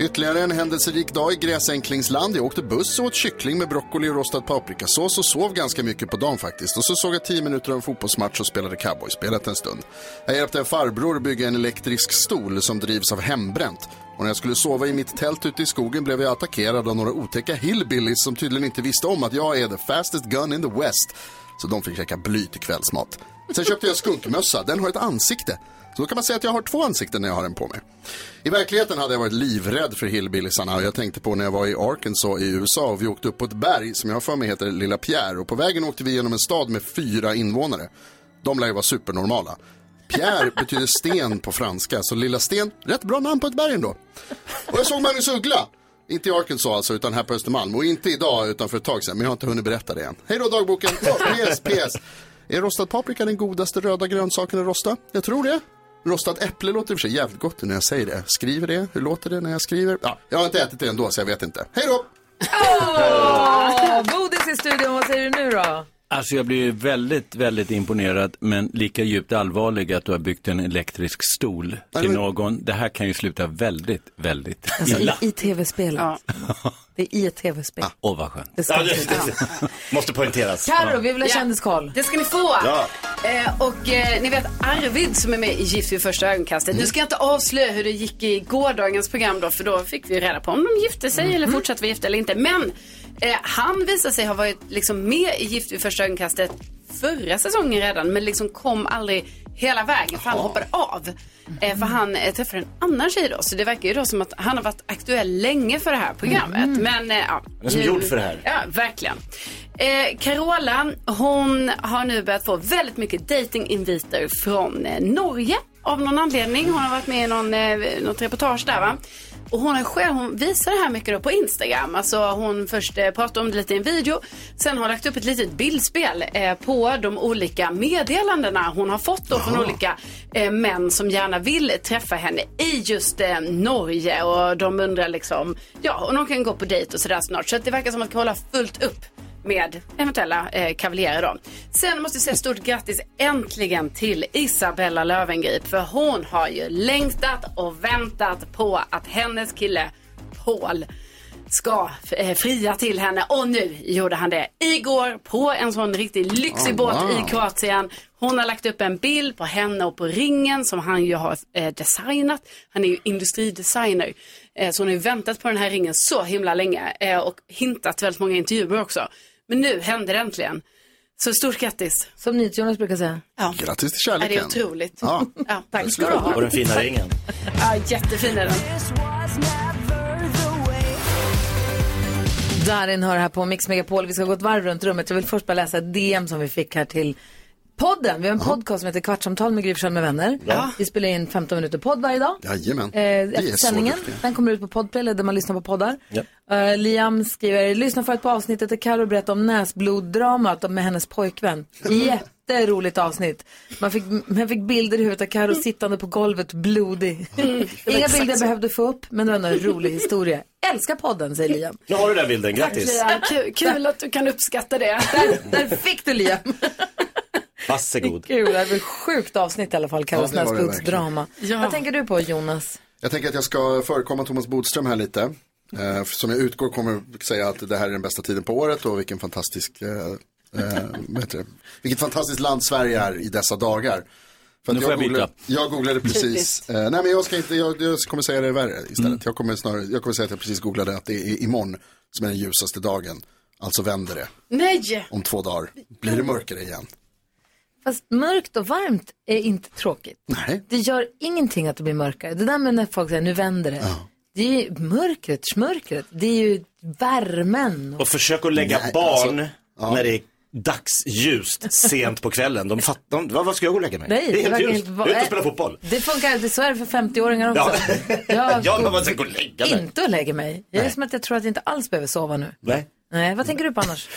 Speaker 8: Ytterligare en händelserik dag i gräsänklingsland. Jag åkte buss och åt kyckling med broccoli och rostad paprikasås och sov ganska mycket på dagen faktiskt. Och så såg jag 10 minuter av en fotbollsmatch och spelade cowboyspelet en stund. Jag hjälpte en farbror bygga en elektrisk stol som drivs av hembränt. Och när jag skulle sova i mitt tält ute i skogen blev jag attackerad av några otäcka hillbillies som tydligen inte visste om att jag är the fastest gun in the west. Så de fick käka bly till kvällsmat. Sen köpte jag skunkmössa, den har ett ansikte. Så då kan man säga att jag har två ansikten när jag har den på mig. I verkligheten hade jag varit livrädd för hillbillisarna och jag tänkte på när jag var i Arkansas i USA och vi åkte upp på ett berg som jag har för mig heter Lilla Pierre och på vägen åkte vi genom en stad med fyra invånare. De lär ju vara supernormala. Pierre betyder sten på franska, så Lilla Sten, rätt bra namn på ett berg ändå. Och jag såg Magnus Uggla. Inte i Arkansas alltså, utan här på Östermalm. Och inte idag, utan för ett tag sedan. Men jag har inte hunnit berätta det än. Hej då dagboken! Oh, PS, PS. Är rostad paprika den godaste röda grönsaken att rosta? Jag tror det. Rostat äpple låter i och för sig jävligt gott när jag säger det. Skriver det? Hur låter det när jag skriver? Ja, jag har inte ätit det ändå, så jag vet inte. Hej då!
Speaker 2: Åh, Bodis i studion, vad säger du nu då?
Speaker 19: Alltså jag blir väldigt, väldigt imponerad men lika djupt allvarlig att du har byggt en elektrisk stol till någon. Det här kan ju sluta väldigt, väldigt
Speaker 2: Alltså, i,
Speaker 19: illa.
Speaker 2: i tv-spelet. Det är i ett tv-spel.
Speaker 19: Åh vad skönt.
Speaker 2: Det ska inte-
Speaker 3: Måste poängteras.
Speaker 2: Carro, vi vill ha kändiskoll.
Speaker 5: Det ska ni få.
Speaker 3: Ja.
Speaker 5: Eh, och eh, ni vet Arvid som är med i Gift vid första ögonkastet.
Speaker 3: Mm.
Speaker 5: Nu ska jag inte avslöja hur det gick i gårdagens program då, för då fick vi ju reda på om de gifte sig
Speaker 3: Mm.
Speaker 5: eller fortsatte vara gifta eller inte. Men eh, han visar sig ha varit liksom med i Gift vid första ögonkastet förra säsongen redan, men liksom kom aldrig hela vägen för han hoppade av. Eh,
Speaker 3: Mm.
Speaker 5: för han eh, träffade en annan tjej då, så det verkar ju då som att han har varit aktuell länge för det här programmet.
Speaker 3: Mhm.
Speaker 5: Men eh, ja.
Speaker 3: Han är som
Speaker 5: nu-
Speaker 3: gjord för det här.
Speaker 5: Ja, verkligen. Eh, Carola, hon har nu börjat få väldigt mycket datinginviter från eh, Norge av någon anledning. Hon har varit med i någon, eh, något reportage där va. Och hon, har själv, hon visar det här mycket då på Instagram. Alltså hon först eh, pratar om det lite i en video. Sen har hon lagt upp ett litet bildspel eh, på de olika meddelandena hon har fått då från
Speaker 10: Jaha.
Speaker 5: olika eh, män som gärna vill träffa henne i just eh, Norge. Och de undrar liksom, ja, och de kan gå på dejt och sådär snart. Så att det verkar som att Carola har fullt upp med eventuella eh, kavaljerer då. Sen måste jag säga stort grattis äntligen till Isabella Löwengrip för hon har ju längtat och väntat på att hennes kille Paul ska eh, fria till henne och nu gjorde han det igår på en sån riktigt lyxig
Speaker 10: Oh,
Speaker 5: båt
Speaker 10: wow.
Speaker 5: i Kroatien. Hon har lagt upp en bild på henne och på ringen som han ju har eh, designat. Han är ju industridesigner. Eh, så hon har ju väntat på den här ringen så himla länge eh, och hintat väldigt många intervjuer också. Men nu händer det äntligen. Så stort grattis.
Speaker 2: Som NyhetsJonas brukar säga.
Speaker 5: Ja.
Speaker 8: Grattis till
Speaker 5: Ja, det
Speaker 8: kärleken.
Speaker 5: är otroligt.
Speaker 8: Ja.
Speaker 5: tack ska du ha.
Speaker 3: Och den fina ringen.
Speaker 5: Ja, jättefin är den.
Speaker 2: Darin hör här på Mix Megapol. Vi ska gå ett varv runt rummet. Jag vill först bara läsa ett DM som vi fick här till podden. Vi har en podcast som heter Kvartsamtal med Gry Forssell med vänner.
Speaker 8: Ja.
Speaker 2: Vi spelar in 15 minuter podd varje dag.
Speaker 8: Jajamän.
Speaker 2: Eh, efter sändningen. Den kommer ut på Podplay eller där man lyssnar på poddar. Eh, Liam skriver, lyssna för ett på avsnittet där Carro berättar om näsbloddramat med hennes pojkvän. Jätte jätteroligt avsnitt. Man fick, man fick bilder i huvudet av Karo sittande på golvet blodig. Inga
Speaker 5: Mm. exakt
Speaker 2: bilder jag
Speaker 5: så.
Speaker 2: behövde få upp, men det var ändå en rolig historia. Älskar podden, säger Liam.
Speaker 3: Nu har du den bilden,
Speaker 5: Tack
Speaker 3: grattis.
Speaker 5: Liam, kul, kul att du kan uppskatta det.
Speaker 2: Där fick du Liam.
Speaker 3: Varsågod.
Speaker 2: Gud, det här var ett sjukt avsnitt i alla fall, Karos
Speaker 8: Ja, det var det
Speaker 2: Nässkogs
Speaker 8: verkligen.
Speaker 2: drama. Vad tänker du på, Jonas?
Speaker 8: Jag tänker att jag ska förekomma Thomas Bodström här lite. Eh, som jag utgår kommer säga att det här är den bästa tiden på året och vilken fantastisk, eh, eh, vad heter det? vilket fantastiskt land Sverige är i dessa dagar.
Speaker 19: Nu får jag byta.
Speaker 8: googlade, jag googlade precis,
Speaker 19: Typiskt.
Speaker 8: eh, nej men jag ska inte, jag, jag kommer säga det värre istället. Jag, kommer snarare, jag kommer säga att jag precis googlade att det är imorgon som är den ljusaste dagen. Alltså vänder det.
Speaker 5: Nej!
Speaker 8: Om två dagar blir det mörkare igen.
Speaker 2: Fast mörkt och varmt är inte tråkigt.
Speaker 8: Nej.
Speaker 2: Det gör ingenting att det blir mörkare. Det där med när folk säger nu vänder det. Det är ju mörkret, smörkret. Det är ju värmen.
Speaker 3: Och försök att lägga
Speaker 2: Nej,
Speaker 3: barn
Speaker 2: alltså,
Speaker 3: när det är dagsljust sent på kvällen. De fattar de, vad, vad ska jag gå och lägga mig?
Speaker 2: Nej,
Speaker 3: det är helt
Speaker 2: verkar
Speaker 3: ljust.
Speaker 2: inte vara-
Speaker 3: Jag är ute och spelar fotboll.
Speaker 2: Det funkar, det så är det för 50-åringar också.
Speaker 3: Ja,
Speaker 2: Jag
Speaker 3: men man ska gå och lägga mig.
Speaker 2: inte och lägger mig. Jag är
Speaker 3: Nej.
Speaker 2: som att jag tror att jag inte alls behöver sova nu.
Speaker 3: Nej.
Speaker 2: Nej, vad tänker du på annars?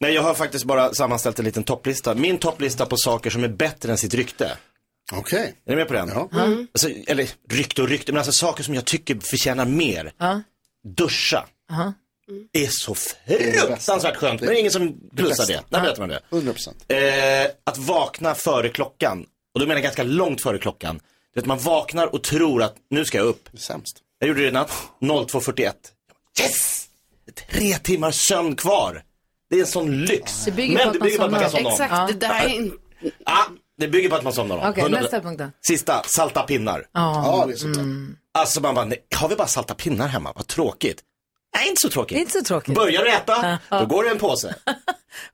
Speaker 3: Nej, jag har faktiskt bara sammanställt en liten topplista. Min topplista på saker som är bättre än sitt rykte.
Speaker 8: Okej.
Speaker 3: Är ni med på den?
Speaker 2: Mm.
Speaker 3: Alltså, eller rykte och rykte, men alltså saker som jag tycker förtjänar mer.
Speaker 2: Ja.
Speaker 3: Duscha.
Speaker 2: Aha.
Speaker 3: Det är så fruktansvärt skönt, men det är ingen som plussar det. Där berättar man det.
Speaker 8: 100%.
Speaker 3: Eh, att vakna före klockan, och då menar jag ganska långt före klockan. Det är att man vaknar och tror att nu ska jag upp.
Speaker 8: Sämst.
Speaker 3: Jag gjorde det i natt, 02.41. Yes! Tre timmar sömn kvar. Det är en sån lyx.
Speaker 2: Det bygger på att man somnar om. Exakt, det där är
Speaker 5: inte...
Speaker 3: Ah, det bygger på att man somnar om.
Speaker 2: Okej,
Speaker 3: 100%.
Speaker 2: nästa punkt då.
Speaker 3: Sista, salta pinnar.
Speaker 2: Ja. mm. Ja, det är sånt där.
Speaker 3: Alltså man bara, nej, har vi bara salta pinnar hemma? Vad tråkigt. Nej, inte så tråkigt.
Speaker 2: Det är inte så tråkigt.
Speaker 3: Börjar du äta,
Speaker 5: Ja, ja.
Speaker 3: då går det en påse.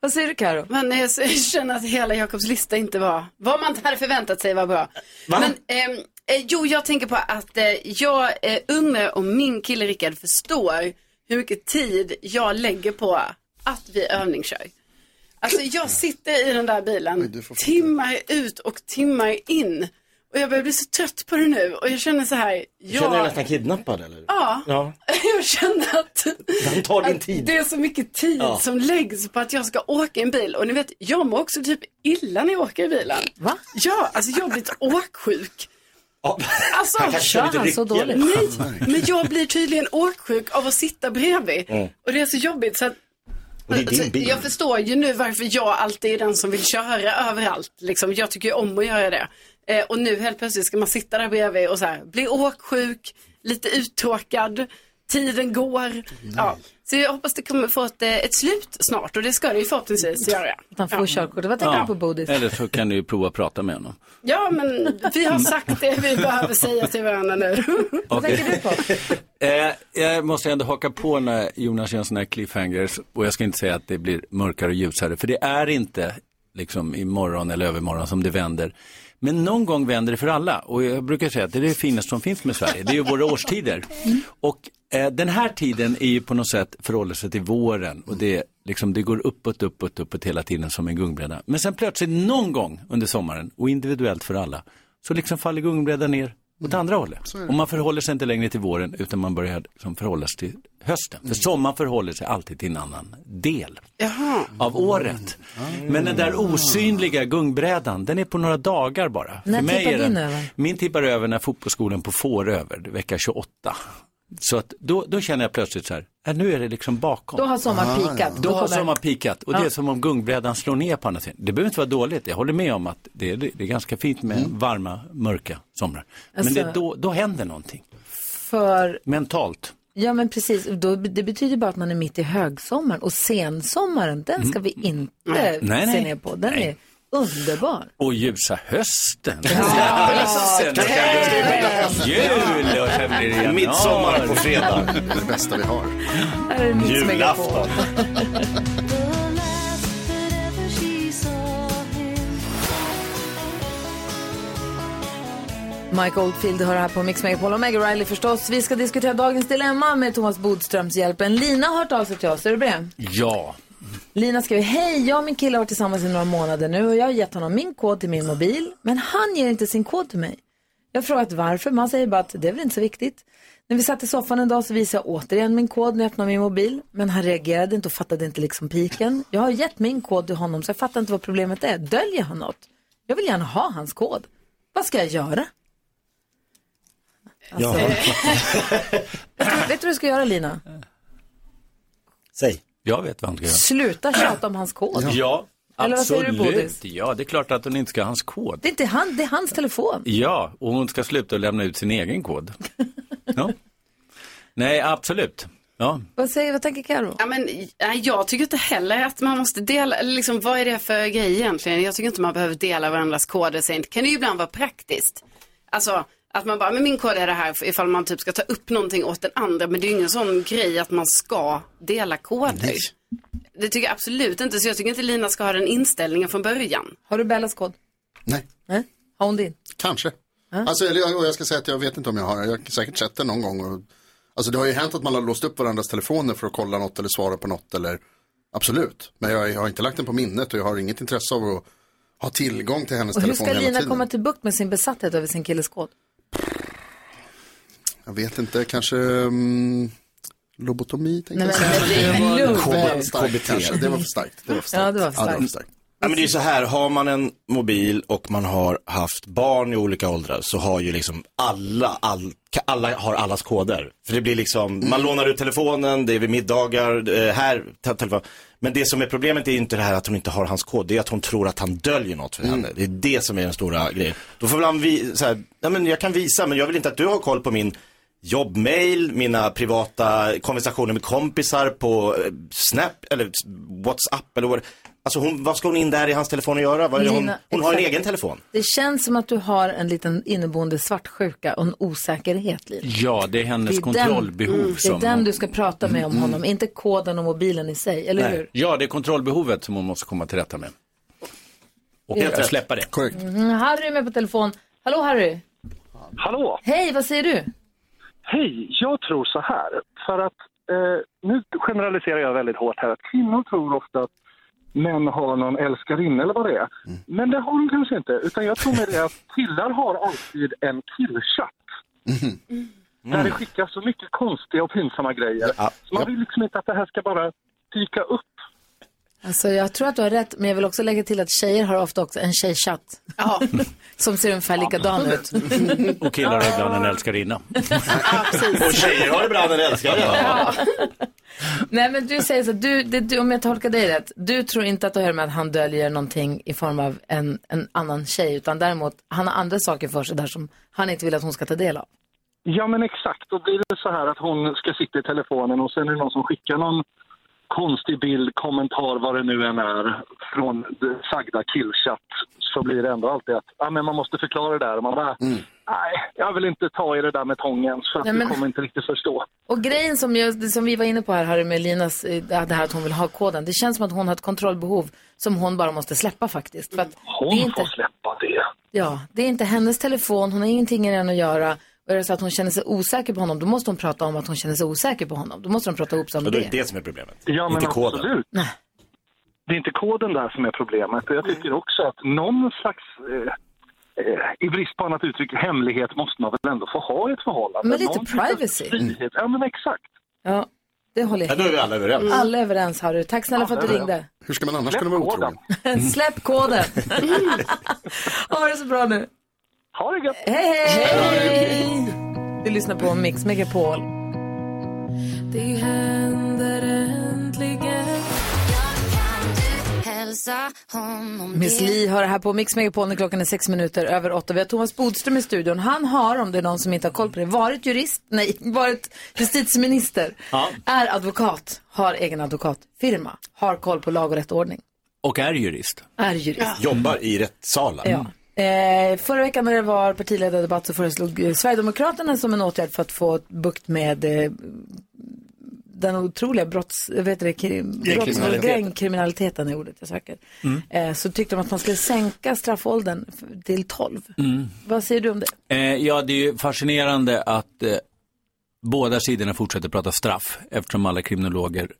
Speaker 2: Vad säger du Karo?
Speaker 5: Men eh, så- jag känner att hela Jakobs lista inte var vad man hade förväntat sig var bra.
Speaker 3: Va?
Speaker 5: Men, ehm, eh, jo, jag tänker på att eh, jag eh, undrar om min kille Rickard förstår hur mycket tid jag lägger på att vi övningskör. Alltså jag sitter i den där bilen timmar ut och timmar in. Och jag börjar bli så trött på det nu och jag känner så här. Jag,
Speaker 3: Känner du dig nästan kidnappad eller?
Speaker 5: Ja.
Speaker 3: ja.
Speaker 5: jag känner att
Speaker 3: Den tar din
Speaker 5: att
Speaker 3: tid.
Speaker 5: Det är så mycket tid
Speaker 3: Ja.
Speaker 5: som läggs på att jag ska åka i en bil. Och ni vet, jag mår också typ illa när jag åker i bilen.
Speaker 2: Va?
Speaker 5: Ja, alltså jag har blivit åksjuk.
Speaker 3: Ja.
Speaker 5: Alltså,
Speaker 3: Han kanske kör lite ryckig, eller?
Speaker 5: Nej,
Speaker 3: Nej.
Speaker 5: men jag blir tydligen åksjuk av att sitta bredvid.
Speaker 3: Mm.
Speaker 5: Och det är så jobbigt så att
Speaker 3: Och det är din
Speaker 5: så
Speaker 3: bil.
Speaker 5: Alltså, Jag förstår ju nu varför jag alltid är den som vill köra överallt. Liksom. Jag tycker ju om att göra det. Eh, och nu helt plötsligt ska man sitta där bredvid och så här, bli åksjuk, lite uttråkad, tiden går. Ja. Så jag hoppas det kommer få ett, eh, ett slut snart och det ska det ju förhoppningsvis göra.
Speaker 2: Att han får körkortet. Vad tänker du på Bodis?
Speaker 19: Eller så kan du ju prova att prata med honom.
Speaker 5: Ja, men vi har sagt det vi behöver säga till varandra nu.
Speaker 19: Eh, jag måste ändå haka på när Jonas gör sådana här cliffhangers och jag ska inte säga att det blir mörkare och ljusare för det är inte liksom imorgon eller övermorgon som det vänder. Men någon gång vänder det för alla och jag brukar säga att det är det finaste som finns med Sverige, det är ju våra årstider. Och eh, den här tiden är ju på något sätt förhåller sig till våren och det, är liksom, det går uppåt, uppåt, uppåt hela tiden som en gungbräda. Men sen plötsligt någon gång under sommaren och individuellt för alla så liksom faller gungbrädan ner åt andra hållet.
Speaker 18: är det.
Speaker 19: Och man förhåller sig inte längre till våren utan man börjar liksom förhålla sig till hösten. För sommaren förhåller sig alltid till en annan del av året. Men den där osynliga gungbrädan, den är på några dagar bara.
Speaker 2: När tippar
Speaker 19: är
Speaker 2: din över?
Speaker 19: Min tippar över när fotbollsskolan på får över, vecka 28. Så att då, då känner jag plötsligt så här, äh, nu är det liksom bakom.
Speaker 2: Då har sommaren Ah, peakat. ja.
Speaker 19: Då
Speaker 2: Då
Speaker 19: har
Speaker 2: kommer-
Speaker 19: sommaren pikat och det
Speaker 2: Ja.
Speaker 19: är som om gungbrädan slår ner på andra sidan. Det behöver inte vara dåligt, jag håller med om att det är, det är ganska fint med
Speaker 2: Mm.
Speaker 19: varma, mörka somrar. Men
Speaker 2: Alltså-
Speaker 19: det, då, då händer någonting,
Speaker 2: För,
Speaker 19: mentalt.
Speaker 2: ja men precis, då, det betyder bara att man är mitt i högsommaren och sensommaren, den ska vi inte
Speaker 19: Mm. Nej,
Speaker 2: se
Speaker 19: nej.
Speaker 2: ner på. Den
Speaker 19: Nej.
Speaker 2: är underbar.
Speaker 19: Och ljusa hösten.
Speaker 2: Ja,
Speaker 19: hösten. och sen blir det Jul och sen blir det januari.
Speaker 3: Midsommar på fredag.
Speaker 8: Det är det bästa vi har.
Speaker 2: Här är Mix Megapol.
Speaker 3: Julafton.
Speaker 2: Mike Oldfield hör här på Mix Megapol och Meg Riley förstås. Vi ska diskutera dagens dilemma med Thomas Bodströms hjälp. En Lina har hört av sig till oss, är du beredd?
Speaker 19: Ja.
Speaker 2: Lina skriver, hej, jag och min kille har varit tillsammans i några månader nu och jag har gett honom min kod till min mobil, men han ger inte sin kod till mig. Jag har frågat varför, man säger bara att det är väl inte så viktigt. När vi satt i soffan en dag så visade jag återigen min kod när jag öppnade min mobil. Men han reagerade inte och fattade inte liksom piken. Jag har gett min kod till honom så jag fattar inte vad problemet är. Döljer han något? Jag vill gärna ha hans kod. Vad ska jag göra? Alltså, vet, du, vet du vad du ska göra Lina?
Speaker 3: Säg.
Speaker 19: Jag vet vad han ska göra.
Speaker 2: Sluta tjata om hans kod.
Speaker 19: Ja,
Speaker 2: Eller vad säger du,
Speaker 19: absolut.
Speaker 2: Bodis?
Speaker 19: Ja, det är klart att hon inte ska ha hans kod.
Speaker 2: Det är inte han, det är hans telefon.
Speaker 19: Ja, och hon ska sluta att lämna ut sin egen kod. Ja. Nej, absolut. Ja.
Speaker 2: Vad säger, vad tänker Karo?
Speaker 5: Ja, men, nej, jag tycker inte heller att man måste dela, eller liksom, vad är det för grej egentligen? Jag tycker inte man behöver dela varandras koder. Sen kan det ju ibland vara praktiskt. Alltså att man bara, men min kod är det här ifall man typ ska ta upp någonting åt den andra. Men det är ju ingen sån grej att man ska dela koder. Det tycker jag absolut inte. Så jag tycker inte Lina ska ha den inställningen från början.
Speaker 2: Har du Bellas kod? Nej. Har hon din?
Speaker 8: Kanske. Alltså, eller jag, och jag ska säga att jag vet inte om jag har, jag har säkert sett det någon gång. Och, alltså det har ju hänt att man har låst upp varandras telefoner för att kolla något eller svara på något eller absolut. Men jag, jag har inte lagt den på minnet och jag har inget intresse av att ha tillgång till hennes
Speaker 2: Och hur
Speaker 8: telefon
Speaker 2: ska
Speaker 8: hela
Speaker 2: Lina
Speaker 8: tiden.
Speaker 2: komma till bukt med sin besatthet över sin killes kod?
Speaker 8: Jag vet inte, kanske um, lobotomi tänkte
Speaker 2: Nej,
Speaker 8: jag
Speaker 2: men
Speaker 8: säga.
Speaker 2: det var-
Speaker 8: Det var för
Speaker 2: KBT.
Speaker 8: starkt kanske, det var för starkt. Det var för starkt.
Speaker 2: Ja, det var för starkt.
Speaker 3: Ja, men det är ju så här, har man en mobil och man har haft barn i olika åldrar så har ju liksom alla, all, alla har allas koder. För det blir liksom, man lånar ut telefonen, det är vid middagar, eh, här, te- telefon. Men det som är problemet är ju inte det här att hon inte har hans kod, det är att hon tror att han döljer något för henne. Det är det som är den stora grejen. Då får väl han vi, så här, nej men jag kan visa men jag vill inte att du har koll på min jobbmail, mina privata konversationer med kompisar på eh, Snap eller WhatsApp eller vad Alltså hon, vad ska hon in där i hans telefon och göra? Vad är det hon
Speaker 2: Lina,
Speaker 3: hon har en
Speaker 2: exakt.
Speaker 3: egen telefon.
Speaker 2: Det känns som att du har en liten inneboende svartsjuka och en osäkerhet, Lina.
Speaker 19: Ja, det är hennes
Speaker 2: Det är den-
Speaker 19: kontrollbehov
Speaker 2: Mm, Det är
Speaker 19: som... Mm.
Speaker 2: den du ska prata med om honom, inte koden och mobilen i sig, eller
Speaker 19: Nej.
Speaker 2: hur?
Speaker 19: Ja, det är kontrollbehovet som hon måste komma till rätta med. Och
Speaker 2: Helt rätt.
Speaker 19: släppa det.
Speaker 8: Korrekt.
Speaker 2: Mhm, Harry är med på telefon. Hallå Harry!
Speaker 20: Hallå!
Speaker 2: Hej, vad säger du?
Speaker 20: Hej! Jag tror så här, för att eh, nu generaliserar jag väldigt hårt här. Kvinnor tror ofta att män har någon älskarinna eller vad det är. Men det har de kanske inte, utan jag tror med det att killar har alltid en killchatt. Där det skickas så mycket konstiga och pinsamma grejer. Så man vill liksom inte att det här ska bara dyka upp.
Speaker 2: Alltså, jag tror att du har rätt, men jag vill också lägga till att tjejer har ofta också en tjejchatt. Ja. Som ser ungefär likadan ut.
Speaker 19: Och killar har ibland en älskarinna.
Speaker 3: Och tjejer har ibland en älskare.
Speaker 2: Nej, men du säger så, att du, det, du, om jag tolkar dig rätt, du tror inte att det hör med att han döljer någonting i form av en, en annan tjej, utan däremot, han har andra saker för sig där som han inte vill att hon ska ta del av.
Speaker 20: Ja men exakt, då blir det så här att hon ska sitta i telefonen och sen är det någon som skickar någon konstig bild, kommentar, vad det nu än är från det sagda killchatt så blir det ändå alltid att ah, men man måste förklara det där. Och man bara, nej, jag vill inte ta i det där med tången för att
Speaker 2: Nej, men-
Speaker 20: du kommer inte riktigt förstå.
Speaker 2: Och grejen som, jag, som vi var inne på här, Harry, med Linas, eh, det här att hon vill ha koden. Det känns som att hon har ett kontrollbehov som hon bara måste släppa faktiskt. För att
Speaker 20: Hon
Speaker 2: det, är inte,
Speaker 20: får släppa det.
Speaker 2: ja, det är inte hennes telefon, hon har ingenting i den att göra. Och är det så att hon känner sig osäker på honom, då måste hon prata om att hon känner sig osäker på honom. Då måste de prata ihop sig om
Speaker 3: Och
Speaker 2: det.
Speaker 3: det är det som är problemet.
Speaker 20: Ja, men
Speaker 3: inte koden.
Speaker 20: absolut. Det är inte koden där som är problemet. Och Jag tycker också att någon slags, eh, eh, i brist på annat uttryck, hemlighet måste man väl ändå få ha i ett förhållande.
Speaker 2: Men lite
Speaker 20: Någon slags
Speaker 2: privacy.
Speaker 20: frihet.
Speaker 8: Mm.
Speaker 20: Ja, men exakt.
Speaker 2: Ja, det håller jag
Speaker 20: Ja, då är vi alla överens.
Speaker 2: Mm. Alla är överens, Harry. Tack snälla för att du
Speaker 20: Ja, ja,
Speaker 2: ringde.
Speaker 8: Hur ska man annars kunna vara otrogen?
Speaker 2: Släpp koden. ha det så bra nu.
Speaker 20: Ha det gött.
Speaker 2: Hej, hej! Du lyssnar på Mix Megapol.
Speaker 10: Det händer äntligen. Hälsa honom
Speaker 2: Miss Li har det här på Mix Megapol när klockan är sex minuter över åtta. Vi har Thomas Bodström i studion. Han har, om det är någon som inte har koll på det, varit jurist, nej, varit justitieminister,
Speaker 19: Ja.
Speaker 2: är advokat, har egen advokatfirma, har koll på lag och rättordning,
Speaker 19: Och är jurist.
Speaker 2: är jurist.
Speaker 3: Jobbar i rättssalar.
Speaker 2: Ja. Eh, förra veckan när det var partiledardebatt så föreslog eh, Sverigedemokraterna som en åtgärd för att få bukt med eh, den otroliga brotts, eh, vet du, det, krim,
Speaker 10: Gängkriminaliteten.
Speaker 2: brotts, gängkriminaliteten är ordet jag söker.
Speaker 19: Mm.
Speaker 2: Eh, så tyckte de att man skulle sänka straffåldern f- till 12.
Speaker 19: Mm.
Speaker 2: Vad säger du om det?
Speaker 19: Eh, ja, det är ju fascinerande att eh, båda sidorna fortsätter prata straff eftersom alla kriminologer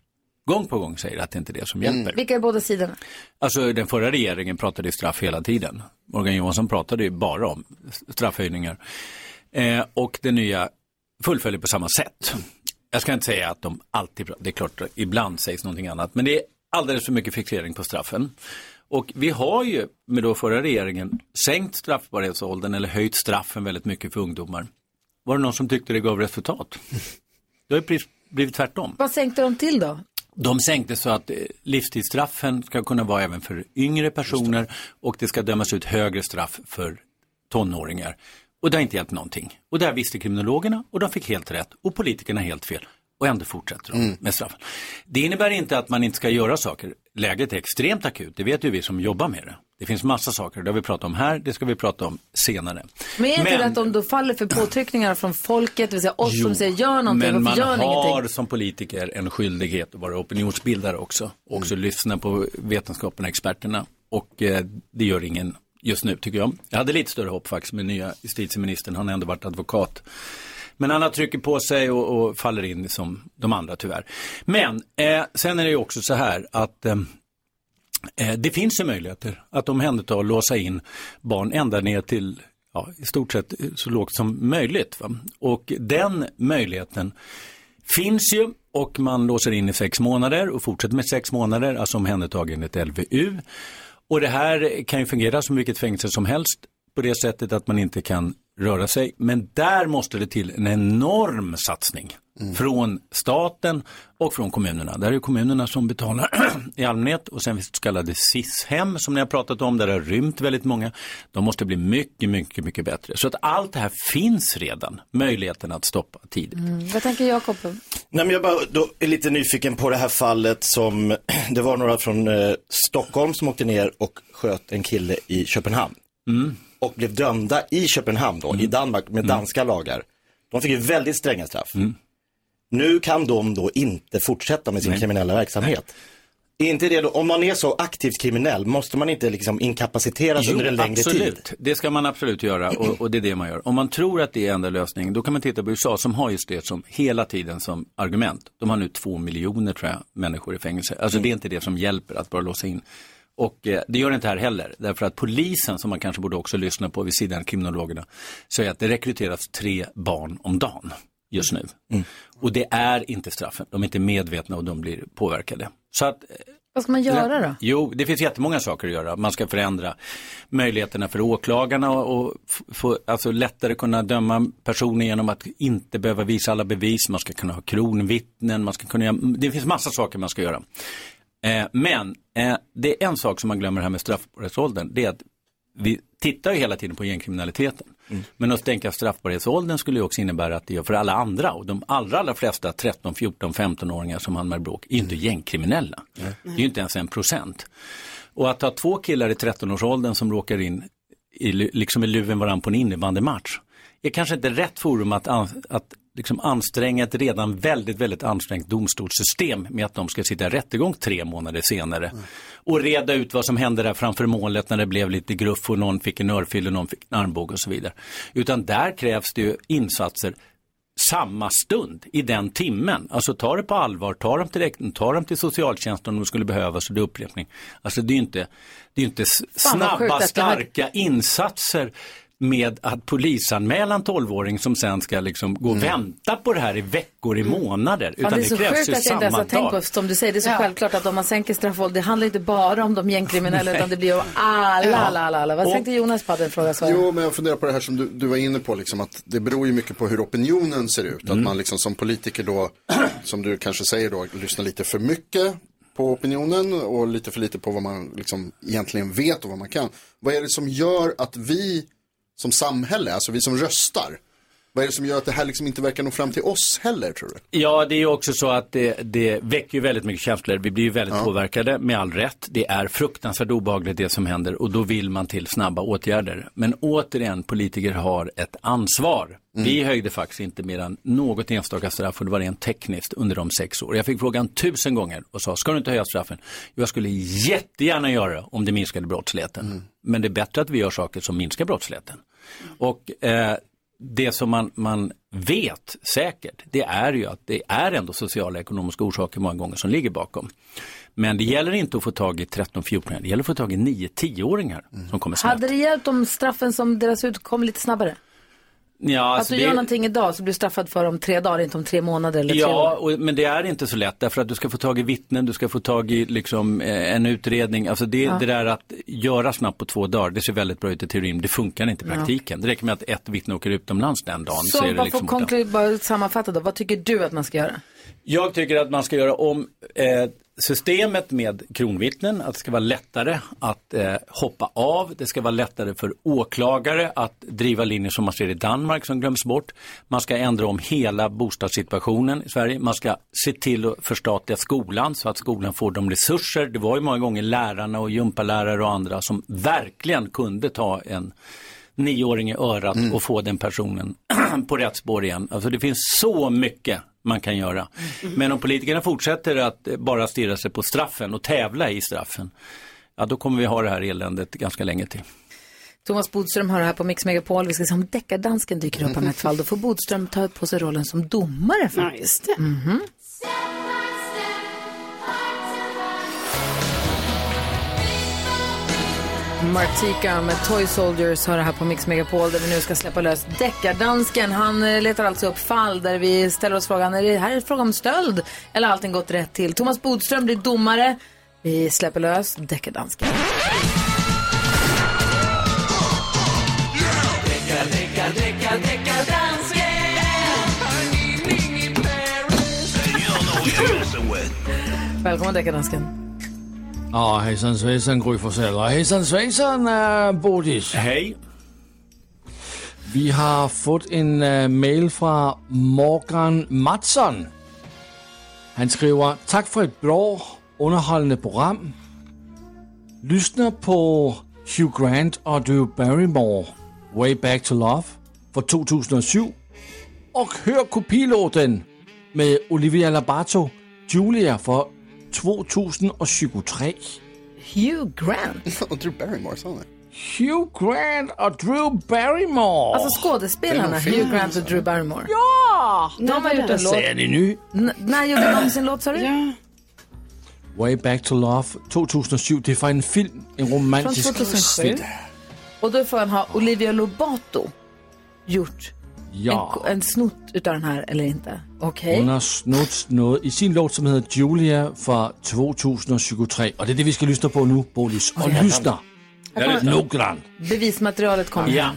Speaker 19: gång på gång säger att det inte är det som hjälper.
Speaker 2: Vilka är båda sidorna?
Speaker 19: Alltså den förra regeringen pratade ju straff hela tiden. Morgan Johansson pratade ju bara om straffhöjningar. Eh, och det nya fullföljer på samma sätt. Jag ska inte säga att de alltid, pra- det är klart ibland sägs någonting annat, men det är alldeles för mycket fixering på straffen. Och vi har ju med då förra regeringen sänkt straffbarhetsåldern eller höjt straffen väldigt mycket för ungdomar. Var det någon som tyckte det gav resultat? Det har ju precis blivit tvärtom.
Speaker 2: Vad sänkte de till då?
Speaker 19: De sänkte så att eh, livstidsstraffen ska kunna vara även för yngre personer och det ska dömas ut högre straff för tonåringar. Och det har inte hjälpt någonting. Och där visste kriminologerna och de fick helt rätt och politikerna helt fel. Och ändå fortsätter de med straffen. Det innebär inte att man inte ska göra saker. Läget är extremt akut, det vet ju vi som jobbar med det. Det finns massa saker, det har vi pratat om här, det ska vi prata om senare.
Speaker 2: Men är inte det att de då faller för påtryckningar från folket, det vill säga oss som säger gör någonting,
Speaker 19: men man
Speaker 2: varför gör ni
Speaker 19: har
Speaker 2: ingenting?
Speaker 19: som politiker en skyldighet att vara opinionsbildare också. Och också
Speaker 2: Mm.
Speaker 19: lyssna på vetenskapen och experterna. Och eh, det gör ingen just nu tycker jag. Jag hade lite större hopp faktiskt med nya justitieministern, han har ändå varit advokat. Men alla trycker på sig och, och faller in som de andra tyvärr. Men eh, sen är det ju också så här att ehm, Eh, Det finns ju möjligheter att omhänderta och låsa in barn ända ner till ja, i stort sett eh, så lågt som möjligt. Va? Och den möjligheten finns ju och man låser in i sex månader och fortsätter med sex månader, alltså omhändertagen enligt LVU. Och det här kan ju fungera som vilket fängelse som helst på det sättet att man inte kan röra sig. Men där måste det till en enorm satsning från staten och från kommunerna. Där är det kommunerna som betalar i allmänhet och sen finns det så kallade SIS-hem som ni har pratat om där det har rymt väldigt många. De måste bli mycket, mycket, mycket bättre. Så att allt det här finns redan, möjligheten att stoppa tidigt.
Speaker 2: Mm. Vad tänker Jakob?
Speaker 3: Nej, men jag bara, då är lite nyfiken på det här fallet som, det var några från eh, Stockholm som åkte ner och sköt en kille i Köpenhamn.
Speaker 19: Mm.
Speaker 3: Och blev dömda i Köpenhamn då, i Danmark med danska lagar. De fick ju väldigt stränga straff. Nu kan de då inte fortsätta med sin kriminella verksamhet. Är inte det då, om man är så aktivt kriminell, måste man inte liksom inkapaciteras under en längre
Speaker 19: absolut.
Speaker 3: tid?
Speaker 19: Det ska man absolut göra och, och det är det man gör. Om man tror att det är enda lösningen, då kan man titta på USA som har just det som hela tiden som argument. De har nu två miljoner tror jag, människor i fängelse. Alltså det är inte det som hjälper att bara låsa in. Och eh, det gör det inte här heller, därför att polisen, som man kanske borde också lyssna på vid sidan av kriminologerna, säger att det rekryteras tre barn om dagen just nu.
Speaker 3: Mm.
Speaker 19: Och det är inte straffen, de är inte medvetna och de blir påverkade. Så att eh,
Speaker 2: Vad ska man göra då?
Speaker 19: Jo, det finns jättemånga saker att göra. Man ska förändra möjligheterna för åklagarna och, och f- få, alltså lättare kunna döma personer genom att inte behöva visa alla bevis. Man ska kunna ha kronvittnen, man ska kunna göra, det finns massa saker man ska göra. Eh, men eh, det är en sak som man glömmer här med straffbarhetsåldern, det är att vi tittar ju hela tiden på gängkriminaliteten. Men att tänka straffbarhetsåldern skulle ju också innebära att det gör för alla andra och de allra, allra flesta 13, 14, 15-åringar som hamnar i bråk är ju inte gängkriminella. Det är ju inte ens en procent. Och att ha två killar i 13-årsåldern som råkar in i, lu- liksom i luven varandra på en innebandymatch är kanske inte rätt forum att, an, att liksom anstränga ett redan väldigt, väldigt ansträngt domstolssystem med att de ska sitta i rättegång tre månader senare
Speaker 18: Mm.
Speaker 19: och reda ut vad som hände där framför målet när det blev lite gruff och någon fick en örfil och någon fick en armbåge och så vidare. Utan där krävs det ju insatser samma stund, i den timmen. Alltså ta det på allvar, ta dem till räkning, ta dem till socialtjänsten om de skulle behövas och det är upprepning. Alltså det är ju inte, det är ju inte s-
Speaker 18: Fan, vad sjukt
Speaker 19: snabba,
Speaker 18: att det här-
Speaker 19: starka insatser med att polisanmäla en 12-åring som sen ska liksom gå och vänta på det här i veckor, i månader.
Speaker 2: Fan,
Speaker 19: Utan
Speaker 2: Mm. det är så
Speaker 19: krävs
Speaker 2: sjukt
Speaker 19: ju
Speaker 2: att jag inte ens
Speaker 19: samma
Speaker 2: har tänkt
Speaker 19: dag.
Speaker 2: på, som du säger, det är så
Speaker 19: Ja.
Speaker 2: självklart att om man sänker straffvåld, det handlar inte bara om de gängkriminella,
Speaker 8: Nej.
Speaker 2: utan det blir ju alla, alla, alla, alla. Vad
Speaker 8: Och-
Speaker 2: tänkte Jonas på den frågan? Sara?
Speaker 8: Jo, men jag funderar på det här som du, du var inne på, liksom, att det beror ju mycket på hur opinionen ser ut.
Speaker 3: Mm.
Speaker 8: Att man liksom som politiker då, som du kanske säger då, lyssnar lite för mycket på opinionen och lite för lite på vad man liksom egentligen vet och vad man kan. Vad är det som gör att vi som samhälle, alltså vi som röstar, vad är det som gör att det här liksom inte verkar nå fram till oss heller tror du?
Speaker 19: Ja, det är ju också så att det, det väcker ju väldigt mycket känslor. Vi blir ju väldigt påverkade, med all rätt. Det är fruktansvärt obehagligt det som händer och då vill man till snabba åtgärder. Men återigen, politiker har ett ansvar. Vi höjde faktiskt inte mer än något enstaka straff och det var rent tekniskt under de sex år. Jag fick frågan tusen gånger och sa, ska du inte höja straffen? Jo, Jag skulle jättegärna göra det om det minskade brottsligheten. Men det är bättre att vi gör saker som minskar brottsligheten. Och eh, det som man, man vet säkert, det är ju att det är ändå sociala och ekonomiska orsaker många gånger som ligger bakom. Men det gäller inte att få tag i 13-14-åringar, det gäller att få tag i 9-10-åringar
Speaker 2: Mm.
Speaker 19: som kommer snett.
Speaker 2: Hade det hjälpt om straffen som delas ut kom lite snabbare?
Speaker 19: Ja,
Speaker 2: att
Speaker 19: alltså
Speaker 2: du
Speaker 19: det-
Speaker 2: gör någonting idag så blir du straffad för om tre dagar, inte om tre månader eller tre
Speaker 19: Ja,
Speaker 2: år.
Speaker 19: och, men det är inte så lätt därför att du ska få tag i vittnen, du ska få tag i liksom, eh, en utredning. Alltså det,
Speaker 2: Ja.
Speaker 19: det där att göra snabbt på två dagar, det ser väldigt bra ut i teorin, det funkar inte i
Speaker 2: Ja.
Speaker 19: praktiken. Det räcker med att ett vittne åker utomlands den dagen så,
Speaker 2: Så
Speaker 19: är det
Speaker 2: bara,
Speaker 19: liksom
Speaker 2: för
Speaker 19: borta.
Speaker 2: konkret, bara sammanfatta då, vad tycker du att man ska göra?
Speaker 19: Jag tycker att man ska göra om eh, systemet med kronvittnen, att det ska vara lättare att eh, hoppa av, det ska vara lättare för åklagare att driva linjer som man ser i Danmark som glöms bort. Man ska ändra om hela bostadssituationen i Sverige, man ska se till att förstatliga skolan så att skolan får de resurser. Det var ju många gånger lärarna och gympalärare och andra som verkligen kunde ta en nioåring i örat och få den personen på rätt spår igen. Alltså det finns så mycket man kan göra. Men om politikerna fortsätter att eh, bara stirra sig på straffen och tävla i straffen, ja då kommer vi ha det här eländet ganska länge till.
Speaker 2: Thomas Bodström har det här på Mix Megapol. Vi ska se om deckardansken dyker upp om ett fall. Då får Bodström ta på sig rollen som domare faktiskt. Mhm. Martika med Toy Soldiers har det här på Mix Megapol där vi nu ska släppa lös deckardansken. Han eh, letar alltså upp fall där vi ställer oss frågan, är det här en fråga om stöld? Eller har allting gått rätt till? Thomas Bodström blir domare. Vi släpper lös deckardansken. Välkommen deckardansken.
Speaker 11: Ja, hejsan svejsan Gry Forssell och hejsan svejsan äh, Bodis.
Speaker 19: Hej.
Speaker 11: Vi har fått en äh, mail från Morgan Mattsson. Han skriver, tack för ett bra underhållande program. Lyssna på Hugh Grant och Drew Barrymore, Way Back to Love, från 2007. Och hör kopilåten med Olivia Labato, Julia, från 2023.
Speaker 2: Hugh Grant.
Speaker 11: och Drew Barrymore, sa han Hugh Grant och Drew Barrymore.
Speaker 2: Alltså skådespelarna Hugh Grant och Drew Barrymore.
Speaker 11: Ja!
Speaker 2: De har gjort en låt.
Speaker 11: Säger ni nu?
Speaker 2: N- när gjorde de sin låt sa du?
Speaker 11: Way Back to Love 2007. Det är från en film, en
Speaker 2: Från
Speaker 11: romantisk
Speaker 2: 2007.
Speaker 11: film.
Speaker 2: Och då får han ha Olivia Lobato gjort
Speaker 11: Ja.
Speaker 2: en, en snott utav den här eller inte. Okej.
Speaker 11: Hon har snott något i sin låt som heter Julia från 2023. Och det är det vi ska lyssna på nu, Bolis. Och
Speaker 2: Jävlar.
Speaker 11: lyssna!
Speaker 2: Jag lyssnar.
Speaker 11: Noggrant.
Speaker 2: Bevismaterialet kommer.
Speaker 11: Ja.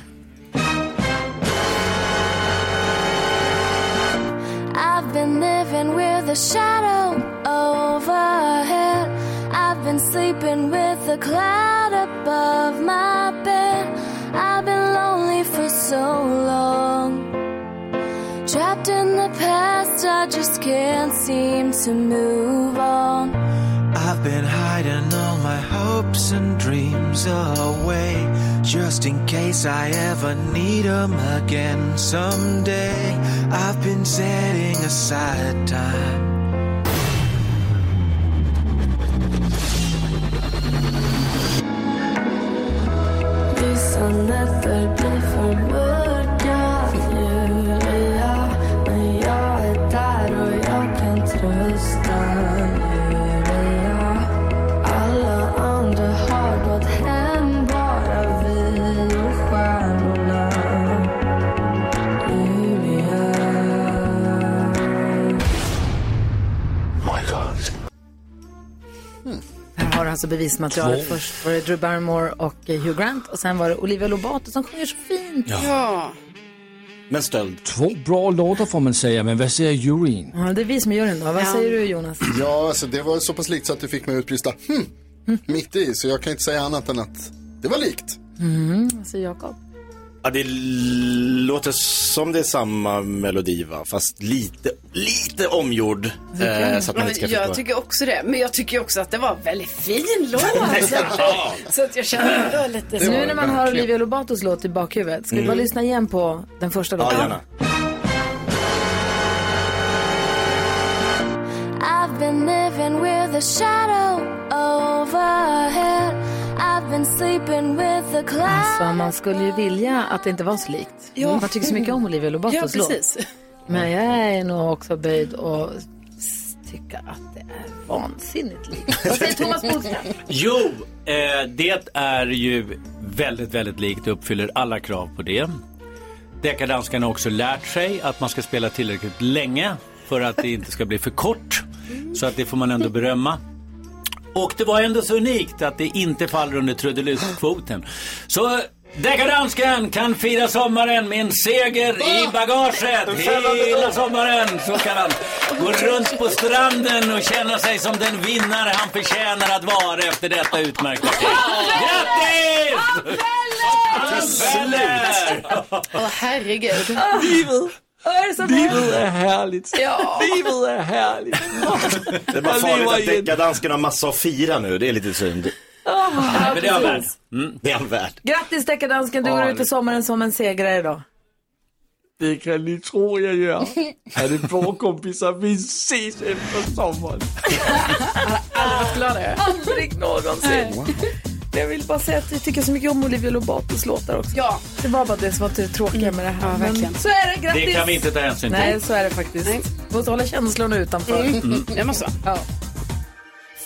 Speaker 10: I've been living with a shadow overhead. I've been sleeping with a cloud above my bed. I've been lonely for so long. Trapped in the past, I just can't seem to move on.
Speaker 6: I've been hiding all my hopes and dreams away just in case I ever need 'em again someday. I've been setting aside time.
Speaker 10: This another different world av Julia Men jag är där och jag kan trösta Julia Alla andra har gått hem Bara vi och stjärnorna Julia
Speaker 6: My God.
Speaker 2: Här har du alltså bevismaterialet.
Speaker 6: Två.
Speaker 2: Först var det Drew Barrymore och eh, Hugh Grant och sen var det Olivia Lobato som sjunger så fint.
Speaker 19: Ja. Men stöld.
Speaker 11: Två bra låtar får man säga, men vad säger juryn?
Speaker 2: Ja, det är vi som gör den då. Vad säger du Jonas?
Speaker 21: Ja, alltså det var så pass likt så att du fick mig utbrista
Speaker 8: "Hmm,
Speaker 21: hm, mitt i. Så jag kan inte säga annat än att det var likt.
Speaker 2: Mm, vad säger Jakob?
Speaker 3: Ja, det l- låter som det är samma melodi va, fast lite, lite omgjord. Eh, så att man inte ska
Speaker 5: Ja, men
Speaker 3: förstå.
Speaker 5: jag tycker också det. Men jag tycker också att det var en väldigt fin låt. så att jag känner att det var lite så.
Speaker 2: nu när man har Olivia Lobatos låt i bakhuvudet, ska vi
Speaker 5: Mm.
Speaker 2: bara lyssna igen på den första låten?
Speaker 10: I've been living with a shadow overhead. I've been sleeping with the clouds.
Speaker 2: Alltså, man skulle ju vilja att det inte var så likt.
Speaker 10: Ja.
Speaker 2: Man tycker så mycket om Olivia
Speaker 10: Ja,
Speaker 2: Lobatos
Speaker 10: precis.
Speaker 2: låt. Men jag är nog också böjd och s- tycka att det är vansinnigt likt. Vad säger Thomas Bodström?
Speaker 19: Jo, eh, det är ju väldigt, väldigt likt, uppfyller alla krav på det. Deckardanskarna har också lärt sig att man ska spela tillräckligt länge för att det inte ska bli för kort. Så att det får man ändå berömma. Och det var ändå så unikt att det inte faller under trudeluttkvoten. Så deckardanskan kan fira sommaren med en seger i bagaget. Hela sommaren så kan han gå runt på stranden och känna sig som den vinnare han förtjänar att vara efter detta utmärkta krig. Grattis! Han fäller!
Speaker 5: Åh herregud.
Speaker 11: Livet.
Speaker 2: Vad är er det som
Speaker 11: Livet är härligt.
Speaker 2: Ja.
Speaker 11: Livet er är härligt.
Speaker 3: Det är bara
Speaker 11: Jag
Speaker 3: farligt
Speaker 11: lever
Speaker 3: att
Speaker 11: i ett-
Speaker 3: deckardansken har massa att fira nu, det är lite synd.
Speaker 2: Ja,
Speaker 3: Men det är han värd.
Speaker 2: precis.
Speaker 3: Mm, det är han värd.
Speaker 2: Grattis deckardansken, du
Speaker 11: Ja,
Speaker 2: går
Speaker 11: det-
Speaker 2: ut i sommaren som en segrare idag.
Speaker 11: Det kan ni tro jag gör. Är det bra kompisar? Vi ses efter sommaren.
Speaker 2: Aldrig någonsin. Jag vill bara säga att jag tycker så mycket om Olivia Lobatos låtar också. Mm. Ja. Det var bara det som var det tråkiga med det här. Men så är det, grattis!
Speaker 19: Det kan vi inte ta hänsyn till.
Speaker 2: Nej, så är det faktiskt. Vi måste hålla känslorna utanför.
Speaker 19: Mm. Mm.
Speaker 2: Det måste ja.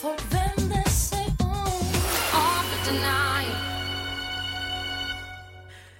Speaker 10: For when they say, ooh, all the denial.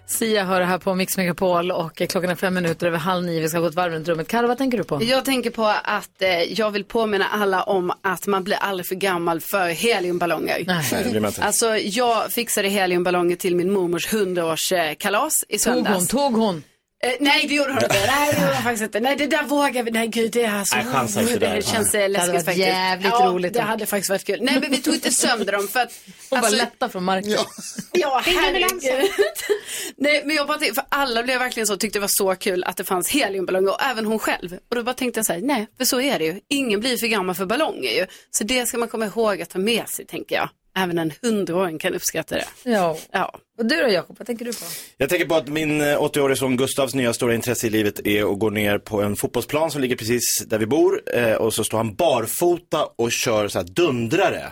Speaker 2: Sia hör det här på Mix Megapol och klockan är fem minuter över halv nio. Vi ska gå ett varv runt rummet. Karo, vad tänker du på?
Speaker 5: Jag tänker på att eh, jag vill påminna alla om att man blir aldrig för gammal för heliumballonger.
Speaker 3: Nej, det blir man inte.
Speaker 5: Alltså jag fixade heliumballonger till min mormors 100-årskalas i
Speaker 2: Tog
Speaker 5: söndags.
Speaker 2: hon? Tog hon?
Speaker 5: Eh, nej, det gjorde hon inte. Nej, det gjorde hon faktiskt inte. Nej, det där vågar vi. Nej, gud, det är alltså.
Speaker 2: Nej, chansa inte där.
Speaker 5: Det känns
Speaker 2: Nej.
Speaker 5: eh,
Speaker 2: Det
Speaker 5: läskigt
Speaker 2: hade varit
Speaker 5: faktiskt.
Speaker 2: jävligt
Speaker 5: ja,
Speaker 2: roligt
Speaker 5: det
Speaker 2: om-
Speaker 5: hade faktiskt varit kul. Nej, men vi tog inte sönder dem för att...
Speaker 2: Hon
Speaker 19: alltså-
Speaker 2: bara lättar från marken. Ja.
Speaker 5: Ja,
Speaker 2: Ring
Speaker 5: herregud.
Speaker 2: ambulansen.
Speaker 5: Nej, men jag bara tänkte, för alla blev verkligen så, tyckte det var så kul att det fanns heliumballonger och även hon själv. Och då bara tänkte jag så här, nej, för så är det ju. Ingen blir för gammal för ballonger ju. Så det ska man komma ihåg att ta med sig, tänker jag. Även en hundraåring kan uppskatta det.
Speaker 2: Ja.
Speaker 5: ja.
Speaker 2: Och du då Jakob, vad tänker du på?
Speaker 3: Jag tänker på att min eh, 80-årige son Gustavs nya stora intresse i livet är att gå ner på en fotbollsplan som ligger precis där vi bor eh, och så står han barfota och kör så här dundrare.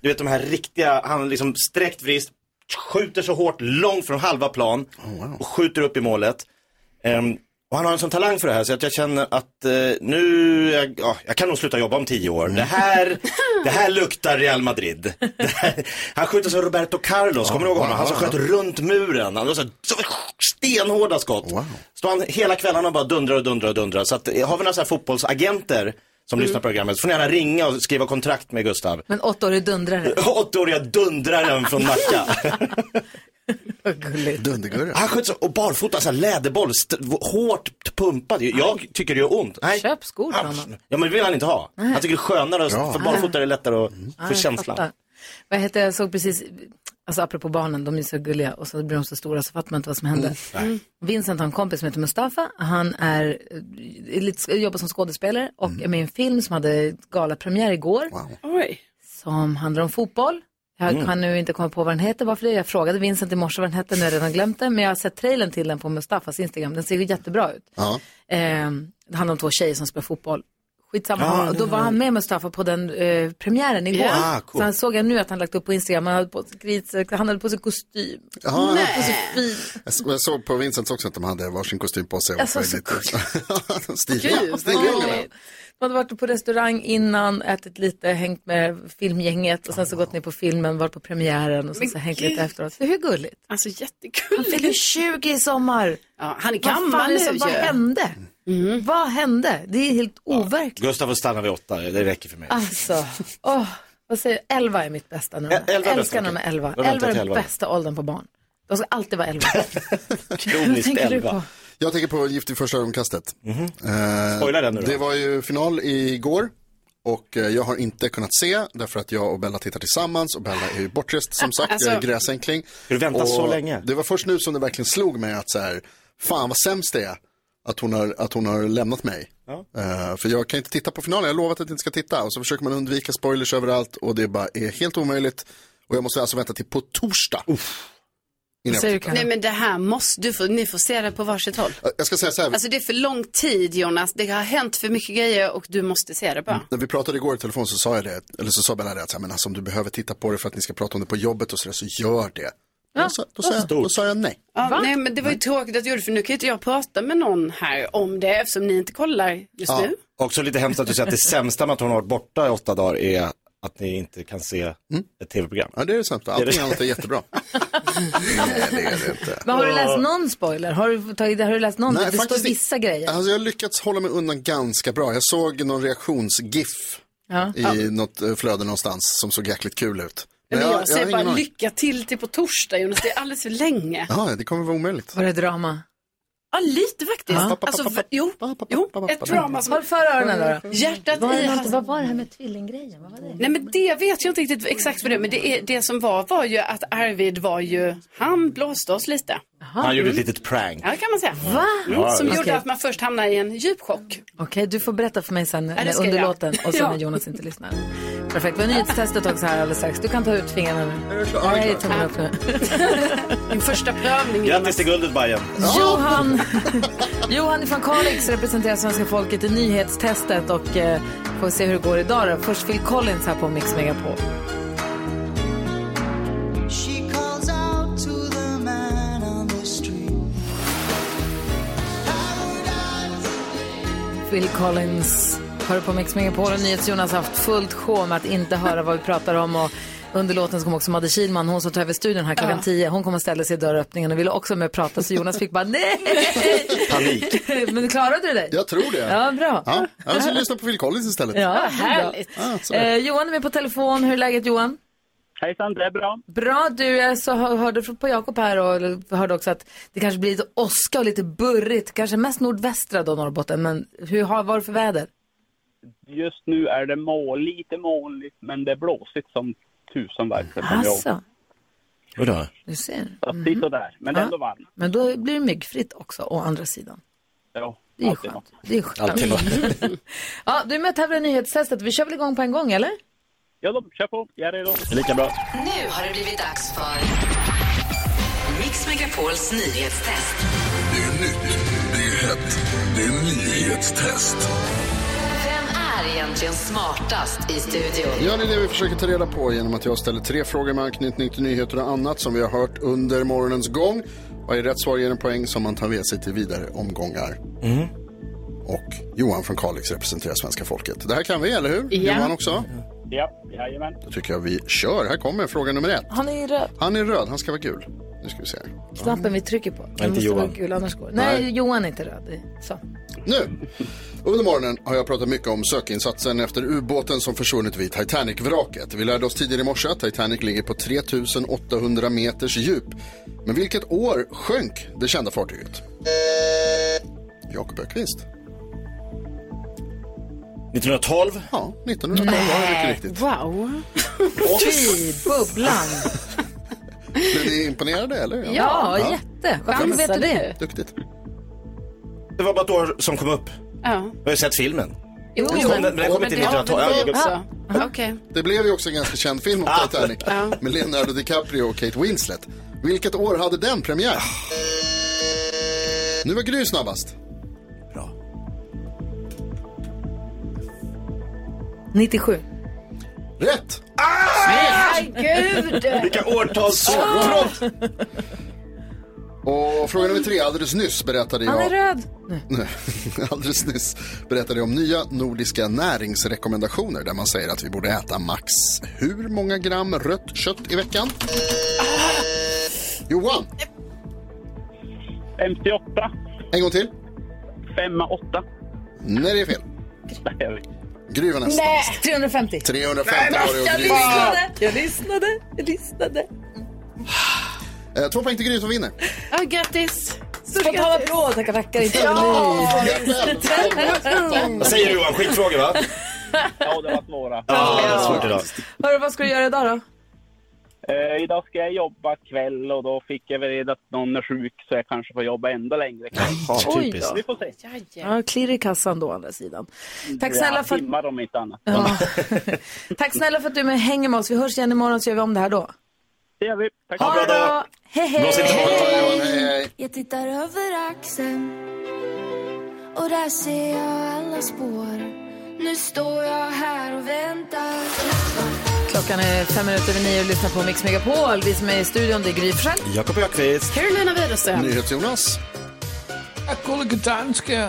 Speaker 3: Du vet de här riktiga, han har liksom sträckt vrist, skjuter så hårt långt från halva plan och skjuter upp i målet. Ehm, och han har en sån talang för det här så att jag känner att eh, nu, jag, ja, jag kan nog sluta jobba om tio år. Det, här, det här luktar Real Madrid. Det här, han skjuter som Roberto Carlos, kommer du ihåg honom? Han som sköt runt muren. Han var så här, så stenhårda skott. Står han hela kvällarna och bara dundrar och dundrar och dundrar. Så att, eh, har vi några så här fotbollsagenter som lyssnar på programmet så får ni gärna ringa och skriva kontrakt med Gustav.
Speaker 2: Men åttaårig dundrare.
Speaker 3: Åttaåriga dundraren från Nacka.
Speaker 2: Vad gulligt.
Speaker 3: Dundergurra. Han sköt så, och barfota, så här läderboll, st- hårt pumpad. Jag tycker det gör ont. Nej.
Speaker 2: Köp skor till honom.
Speaker 3: Ja men det vill han inte ha.
Speaker 2: Nej.
Speaker 3: Han tycker det är skönare, att-
Speaker 2: Bra.
Speaker 3: för barfota är det lättare att
Speaker 2: Ja,
Speaker 3: få
Speaker 2: jag
Speaker 3: känslan.
Speaker 2: fattar. Vad heter jag såg precis, alltså apropå barnen, de är så gulliga och så blir de så stora så fattar man inte vad som hände.
Speaker 10: Mm.
Speaker 2: Vincent har en kompis som heter Mustafa, han är, eh, är lite, jobbar som skådespelare och är med i en film som hade galapremiär igår.
Speaker 5: Oj.
Speaker 2: Som handlar om fotboll. Jag
Speaker 5: Mm.
Speaker 2: kan nu inte komma på vad den heter, varför det? Jag frågade Vincent i morse vad den hette, nu har jag redan glömt den. Men jag har sett trailern till den på Mustafas Instagram, den ser ju jättebra ut.
Speaker 10: Ja.
Speaker 2: Eh, det handlar om två tjejer som spelar fotboll. Skitsamma,
Speaker 10: Ja,
Speaker 2: han,
Speaker 10: det
Speaker 2: då
Speaker 10: var-
Speaker 2: var han med Mustafa på den eh, premiären igår.
Speaker 10: Ja, ah, cool.
Speaker 2: Så han såg jag nu att han lagt upp på Instagram, han hade på sig, gris- han hade på sig kostym.
Speaker 21: Ja,
Speaker 2: Nej.
Speaker 21: ja.
Speaker 2: Fin.
Speaker 21: Jag så- Jag såg på Vincents också att de hade varsin kostym på sig.
Speaker 2: Alltså, så
Speaker 21: Stiliga.
Speaker 2: De hade varit på restaurang innan, ätit lite, hängt med filmgänget och sen så gått ner på filmen, varit på premiären och sen så hängt lite efteråt. Så hur gulligt?
Speaker 5: Alltså jättegulligt.
Speaker 2: Han fyller 20 i sommar.
Speaker 5: Ja, han är
Speaker 2: Vad fan
Speaker 5: gammal
Speaker 2: är det
Speaker 5: nu
Speaker 2: som- Vad
Speaker 5: ju. Mm.
Speaker 2: hände? Vad hände? Det är helt overkligt.
Speaker 3: Gustav får stanna vid åtta, det räcker för mig.
Speaker 2: Alltså, åh, vad säger jag? Elva är mitt bästa nummer.
Speaker 3: Ä- elva är
Speaker 2: jag
Speaker 3: bästa,
Speaker 2: älskar nummer
Speaker 3: okej.
Speaker 2: elva.
Speaker 3: Då väntar
Speaker 2: Elva är
Speaker 3: jag till
Speaker 2: den
Speaker 3: elva.
Speaker 2: bästa åldern på barn. De ska alltid vara elva.
Speaker 21: Kroniskt
Speaker 2: tänker du elva. på?
Speaker 21: Jag tänker på Gift i första ögonkastet. Eh,
Speaker 3: Mhm. Spoila den nu då.
Speaker 21: Det var ju final igår. Och eh, jag har inte kunnat se därför att jag och Bella tittar tillsammans och Bella är ju bortrest som sagt, jag är
Speaker 3: Alltså-
Speaker 21: gräsänkling.
Speaker 3: Ska du vänta
Speaker 21: och
Speaker 3: så länge?
Speaker 21: Det var först nu som det verkligen slog mig att så här, fan vad sämst det är att hon har, att hon har lämnat mig. Eh, för jag kan inte titta på finalen, jag har lovat att jag inte ska titta. Och så försöker man undvika spoilers överallt och det bara är helt omöjligt. Och jag måste alltså vänta till på torsdag.
Speaker 5: Vad säger du,
Speaker 8: tittar.
Speaker 5: Karin? Nej men det här måste du få, ni får se det på varsitt håll.
Speaker 8: Jag ska säga så här.
Speaker 5: Alltså det är för lång tid Jonas, det har hänt för mycket grejer och du måste se det bara.
Speaker 8: Mm. När vi pratade igår i telefon så sa jag det, eller så sa Bella det att så här, men alltså, om du behöver titta på det för att ni ska prata om det på jobbet och sådär så gör det.
Speaker 5: Ja,
Speaker 8: Då sa, jag, då sa jag nej.
Speaker 5: Ja, nej men det var ju tråkigt att du gjorde för nu kan ju inte jag prata med någon här om det eftersom ni inte kollar just nu.
Speaker 3: Också lite hemskt att du säger att det sämsta med att hon har varit borta i åtta dagar är att ni inte kan se ett tv-program.
Speaker 8: Mm. Ja, det är det sämsta. Allting annat är jättebra.
Speaker 2: Men har du läst någon spoiler? Har du, tagit, har du läst någon? det står vissa
Speaker 8: inte.
Speaker 2: grejer.
Speaker 8: Alltså, jag har lyckats hålla mig undan ganska bra. Jag såg någon reaktionsgif
Speaker 2: Ja.
Speaker 8: i
Speaker 2: Ja.
Speaker 8: något eh, flöde någonstans som såg jäkligt kul ut.
Speaker 5: Men jag,
Speaker 8: jag, har
Speaker 5: säger
Speaker 8: ingen
Speaker 5: bara
Speaker 8: aning.
Speaker 5: lycka till till på torsdag Jonas, det är alldeles för länge.
Speaker 8: Ja, det kommer vara omöjligt.
Speaker 2: Var det drama?
Speaker 5: Ja, lite faktiskt.
Speaker 2: Ja.
Speaker 5: Alltså, v- jo, jo, ett drama som... Mm.
Speaker 2: Håll för öronen då.
Speaker 5: Hjärtat
Speaker 2: Vad är
Speaker 5: i
Speaker 2: det-
Speaker 5: halsen.
Speaker 2: Vad var det här med tvillinggrejen? Vad var det?
Speaker 5: Nej men det vet jag inte riktigt exakt vad det är, men det, är, det som var var ju att Arvid var ju, han blåste oss lite. Mm.
Speaker 3: Han gjorde ett
Speaker 2: mm.
Speaker 3: litet prank.
Speaker 5: Ja det kan man säga.
Speaker 2: Va?
Speaker 5: Mm, som
Speaker 2: Ja,
Speaker 5: gjorde
Speaker 2: okej.
Speaker 5: att man först hamnade i en djup chock.
Speaker 2: Okej, du får berätta för mig sen
Speaker 5: det
Speaker 2: när
Speaker 5: ska jag
Speaker 2: under
Speaker 5: göra.
Speaker 2: låten och sen
Speaker 5: Ja.
Speaker 2: när Jonas inte lyssnar. Perfekt, vi har nyhetstestet också här alldeles strax. Du kan ta ut fingrarna nu. Är
Speaker 5: Ja, det är
Speaker 2: Nej,
Speaker 5: klart.
Speaker 2: tummen upp nu.
Speaker 5: Din första prövning.
Speaker 3: Grattis till guldet Bajen.
Speaker 2: Johan, Johan från Kalix representerar svenska folket i nyhetstestet och eh, får se hur det går idag då. Först Phil Collins här på Mix Megapol.
Speaker 10: She calls out to the man on the street.
Speaker 2: Phil Collins hör på Mix Megapol och NyhetsJonas har haft fullt sjå med att inte höra vad vi pratar om. Och under låten så kom också Madde Kihlman, hon som tar över studion här klockan
Speaker 10: Ja.
Speaker 2: 10. Hon kom och ställde sig i dörröppningen och ville också med och prata så Jonas fick bara nej.
Speaker 8: Panik.
Speaker 2: Men klarade du dig?
Speaker 8: Jag tror det.
Speaker 2: Ja, bra.
Speaker 8: Ja, jag ska lyssna på Phil Collins istället.
Speaker 2: Ja, härligt.
Speaker 8: Ja, så
Speaker 2: Eh,
Speaker 8: är det.
Speaker 2: Johan är med på telefon. Hur är läget Johan?
Speaker 22: Hejsan, det är bra.
Speaker 2: Bra, du jag så hör- hörde från- på Jakob här och eller hörde också att det kanske blir lite åska och lite burrigt. Kanske mest nordvästra då Norrbotten, men hur har, vad är det för väder?
Speaker 22: Just nu är det mål, lite molnigt, men det är blåsigt som tusan verkligen.
Speaker 2: Alltså, Mm.
Speaker 3: Vadå?
Speaker 2: du ser.
Speaker 22: Så dit och där, men det är ändå varmt.
Speaker 2: Men då blir det myggfritt också, å andra sidan.
Speaker 22: Ja,
Speaker 2: Det är
Speaker 22: alltid
Speaker 2: skönt.
Speaker 22: något.
Speaker 2: Det är skönt. ja, du är med och tävlar i nyhetstestet. Vi kör väl igång på en gång, eller?
Speaker 22: Ja, då, kör på. Jag är redo.
Speaker 3: Lika bra.
Speaker 9: Nu har det blivit dags för Mix Megapols nyhetstest.
Speaker 23: Det är nytt, det är hett, det är nyhetstest.
Speaker 9: Vem är egentligen smartast i studion?
Speaker 8: Ja, det är det vi försöker ta reda på genom att jag ställer tre frågor med anknytning till nyheter och annat som vi har hört under morgonens gång. Varje rätt svar ger en poäng som man tar med sig till vidare omgångar. Och Johan från Kalix representerar svenska folket. Det här kan vi, eller hur?
Speaker 2: Ja.
Speaker 8: Johan också?
Speaker 22: Ja, jajamän.
Speaker 8: Då tycker jag vi kör. Här kommer fråga nummer ett.
Speaker 2: Han är röd.
Speaker 8: Han är röd, han ska vara gul. Nu ska vi se.
Speaker 2: Knappen vi trycker på. Den
Speaker 8: inte
Speaker 2: måste
Speaker 8: Johan.
Speaker 2: vara gul, annars går det.
Speaker 8: Nej.
Speaker 2: Nej, Johan är inte röd. Det är- Så.
Speaker 8: Nu! Under morgonen har jag pratat mycket om sökinsatsen efter ubåten som försvunnit vid Titanic-vraket. Vi lärde oss tidigare i morse att Titanic ligger på 3800 meters djup. Men vilket år sjönk det kända fartyget? Jakob Öqvist.
Speaker 3: 1912?
Speaker 8: Ja, 1912 var det mycket riktigt.
Speaker 2: Wow.
Speaker 8: Och-
Speaker 2: Fy bubblan.
Speaker 8: Blev ni imponerade eller?
Speaker 2: Ja, jätte.
Speaker 3: Vem
Speaker 2: Varför vet du
Speaker 3: sa
Speaker 2: det?
Speaker 8: Duktigt.
Speaker 3: Det var bara ett år som kom upp.
Speaker 5: Ja.
Speaker 3: Jag har ju sett filmen.
Speaker 5: Jo,
Speaker 3: Jo, men- men den kom
Speaker 5: men
Speaker 3: inte
Speaker 5: det-
Speaker 3: 1912.
Speaker 5: ja, men det-
Speaker 3: Ja.
Speaker 5: ja, Okej.
Speaker 8: Det blev ju också en ganska känd film om
Speaker 3: Ah.
Speaker 8: Titanic med Leonardo DiCaprio och Kate Winslet. Vilket år hade den premiär? Nu var Gry snabbast.
Speaker 2: 97.
Speaker 8: Rätt!
Speaker 2: Herregud!
Speaker 3: Vilka årtal så bra!
Speaker 8: Och fråga nummer tre. Alldeles nyss berättade jag...
Speaker 2: Han är röd.
Speaker 8: Nej, Alldeles nyss berättade jag om nya nordiska näringsrekommendationer där man säger att vi borde äta max hur många gram rött kött i veckan?
Speaker 2: Ah.
Speaker 8: Johan?
Speaker 22: 58.
Speaker 8: En gång till.
Speaker 22: 5 8.
Speaker 8: Nej, det är fel. Gry var nästa.
Speaker 2: Nej, 350.
Speaker 8: 350 var det och
Speaker 2: jag
Speaker 8: Gry
Speaker 2: lyssnade,
Speaker 8: vinner.
Speaker 2: jag lyssnade, jag lyssnade.
Speaker 8: Eh, Två poäng till Gry som vinner.
Speaker 5: Ja, grattis.
Speaker 2: Spontan applåd, tackar, tackar. Inte
Speaker 5: Ja!
Speaker 3: Vad säger du Johan? Skitfrågor va?
Speaker 22: Ja, det var svåra.
Speaker 3: Ja, det var svårt idag.
Speaker 2: Hörru, vad ska du göra idag då?
Speaker 22: Eh, idag ska jag jobba kväll och då fick jag väl reda att någon är sjuk så jag kanske får jobba ännu längre kväll.
Speaker 2: Oj då.
Speaker 22: Vi får se.
Speaker 2: Ja, klirr i kassan då, å andra sidan. Tack snälla,
Speaker 22: Ja,
Speaker 2: för,
Speaker 22: timmar om inte annat.
Speaker 2: tack snälla för att du är med och hänger med oss. Vi hörs igen imorgon så gör vi om det här då.
Speaker 22: Det gör vi. Tack.
Speaker 10: Ha en bra dag. Hej, hej.
Speaker 22: Blås in i
Speaker 10: hej,
Speaker 22: morgon.
Speaker 10: hej.
Speaker 22: Hej,
Speaker 10: hej. Jag tittar över axeln och där ser jag alla spår. Nu står jag här och väntar.
Speaker 2: Klockan är fem minuter över nio och lyssnar på Mix Megapol. Vi som är i studion, det är Gry Forssell.
Speaker 3: Jakob Öqvist.
Speaker 2: Carolina Widerström.
Speaker 21: NyhetsJonas.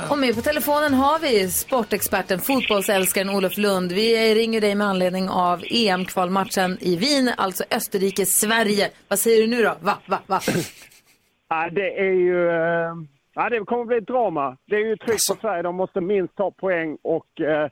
Speaker 2: Och med på telefonen har vi sportexperten, fotbollsälskaren Olof Lund. Vi ringer dig med anledning av EM-kvalmatchen i Wien, alltså Österrike-Sverige. Vad säger du nu då? Va, va, va?
Speaker 24: Ja, det är ju... eh, Ja, det kommer bli ett drama. Det är ju tryck på Sverige. De måste minst ta poäng och eh,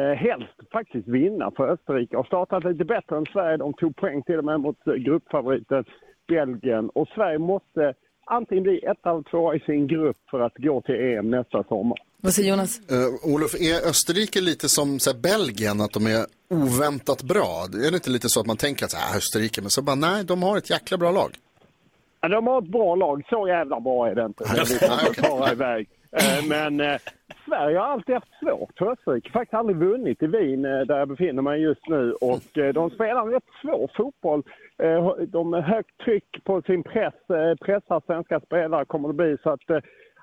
Speaker 24: eh, helst faktiskt vinna för Österrike. Har startat lite bättre än Sverige. De tog poäng till och med mot eh, gruppfavoriten Belgien. Och Sverige måste antingen bli ett eller två i sin grupp för att gå till EM nästa sommar.
Speaker 2: Vad säger Jonas?
Speaker 21: Eh, Olof, är Österrike lite som så här, Belgien, att de är oväntat bra? Är det inte lite så att man tänker att så här, Österrike, men så bara nej, de har ett jäkla bra lag.
Speaker 24: Ja, de har ett bra lag. Så jävla bra är det inte. Det är lite att
Speaker 12: Oh,
Speaker 24: fara iväg.
Speaker 12: Uh,
Speaker 24: Eh, Men eh, Sverige har alltid haft svårt för Österrike. Faktiskt aldrig vunnit i Wien eh, där jag befinner mig just nu. Och eh, de spelar en rätt svår fotboll. Eh, De har högt tryck på sin press. eh, Pressar svenska spelare kommer det bli. Så att, eh,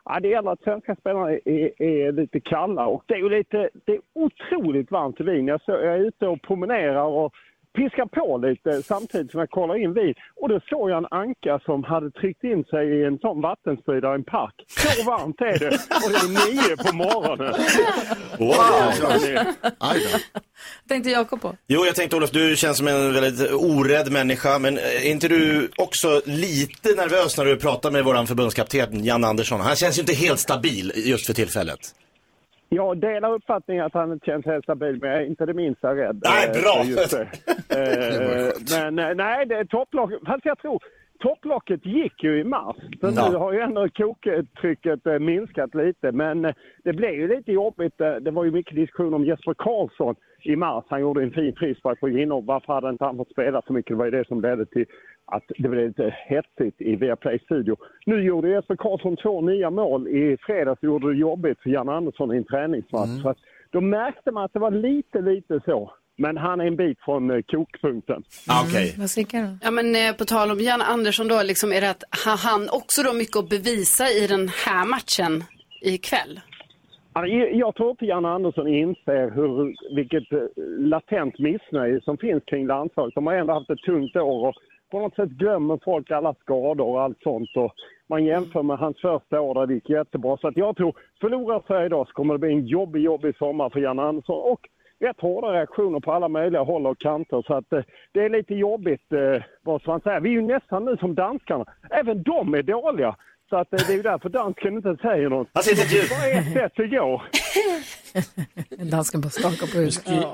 Speaker 24: ja, det gäller att svenska spelare är, är lite kalla. Och det är ju lite, det är otroligt varmt i Wien. Jag, så, jag är ute och promenerar och piskar på lite samtidigt som jag kollar in vid. Och då såg jag en anka som hade tryckt in sig i en sån vattenspridare i en park. Så varmt är det! Och det är nio på morgonen.
Speaker 2: Tänkte Jakob på.
Speaker 3: Jo, jag tänkte Olof, du känns som en väldigt orädd människa, men eh, är inte du också lite nervös när du pratar med våran förbundskapten Jan Andersson? Han känns ju inte helt stabil just för tillfället.
Speaker 24: Jag delar uppfattningen att han inte känns helt stabil, men jag är inte det minsta rädd.
Speaker 3: Nej,
Speaker 24: eh,
Speaker 3: bra!
Speaker 24: för just det. Eh, men eh, nej, det är topplocket. Fast jag tror topplocket gick ju i mars. Så
Speaker 3: Ja.
Speaker 24: nu har ju ändå koktrycket eh, minskat lite. Men eh, det blev ju lite jobbigt. Eh, Det var ju mycket diskussion om Jesper Karlsson i mars. Han gjorde en fin frispark på Ginnorp. Varför hade inte han fått spela så mycket? Det var ju det som ledde till att det blev lite hetsigt i Viaplay studio. Nu gjorde Jesper Karlsson två nya mål. I fredags gjorde det jobbigt för Jan Andersson i en träningsmatch. Så att då märkte man att det var lite, lite så. Men han är en bit från eh, kokpunkten.
Speaker 3: Okej.
Speaker 2: Vad slickar du?
Speaker 5: Ja, men eh, på tal om Jan Andersson då, liksom är det att ha- han också då mycket att bevisa i den här matchen ikväll?
Speaker 24: Alltså, jag- Jag tror inte Janne Andersson inser hur, vilket eh, latent missnöje som finns kring landslaget. De har ändå haft ett tungt år och på något sätt glömmer folk alla skador och allt sånt. Och man jämför med hans första år där det gick jättebra. Så att jag tror, förlorar Sverige idag så kommer det bli en jobbig, jobbig sommar för Janne Andersson. Och rätt hårda reaktioner på alla möjliga håll och kanter. Så att eh, det är lite jobbigt, eh, vad ska man säga. Vi är ju nästan nu som danskarna. Även de är dåliga. Så att eh, det är ju därför dansken inte säger något.
Speaker 3: Han säger inte ett ljud.
Speaker 24: Det är bara ett sätt att gå.
Speaker 2: Dansken bara skakar på huvudet.
Speaker 11: Vi,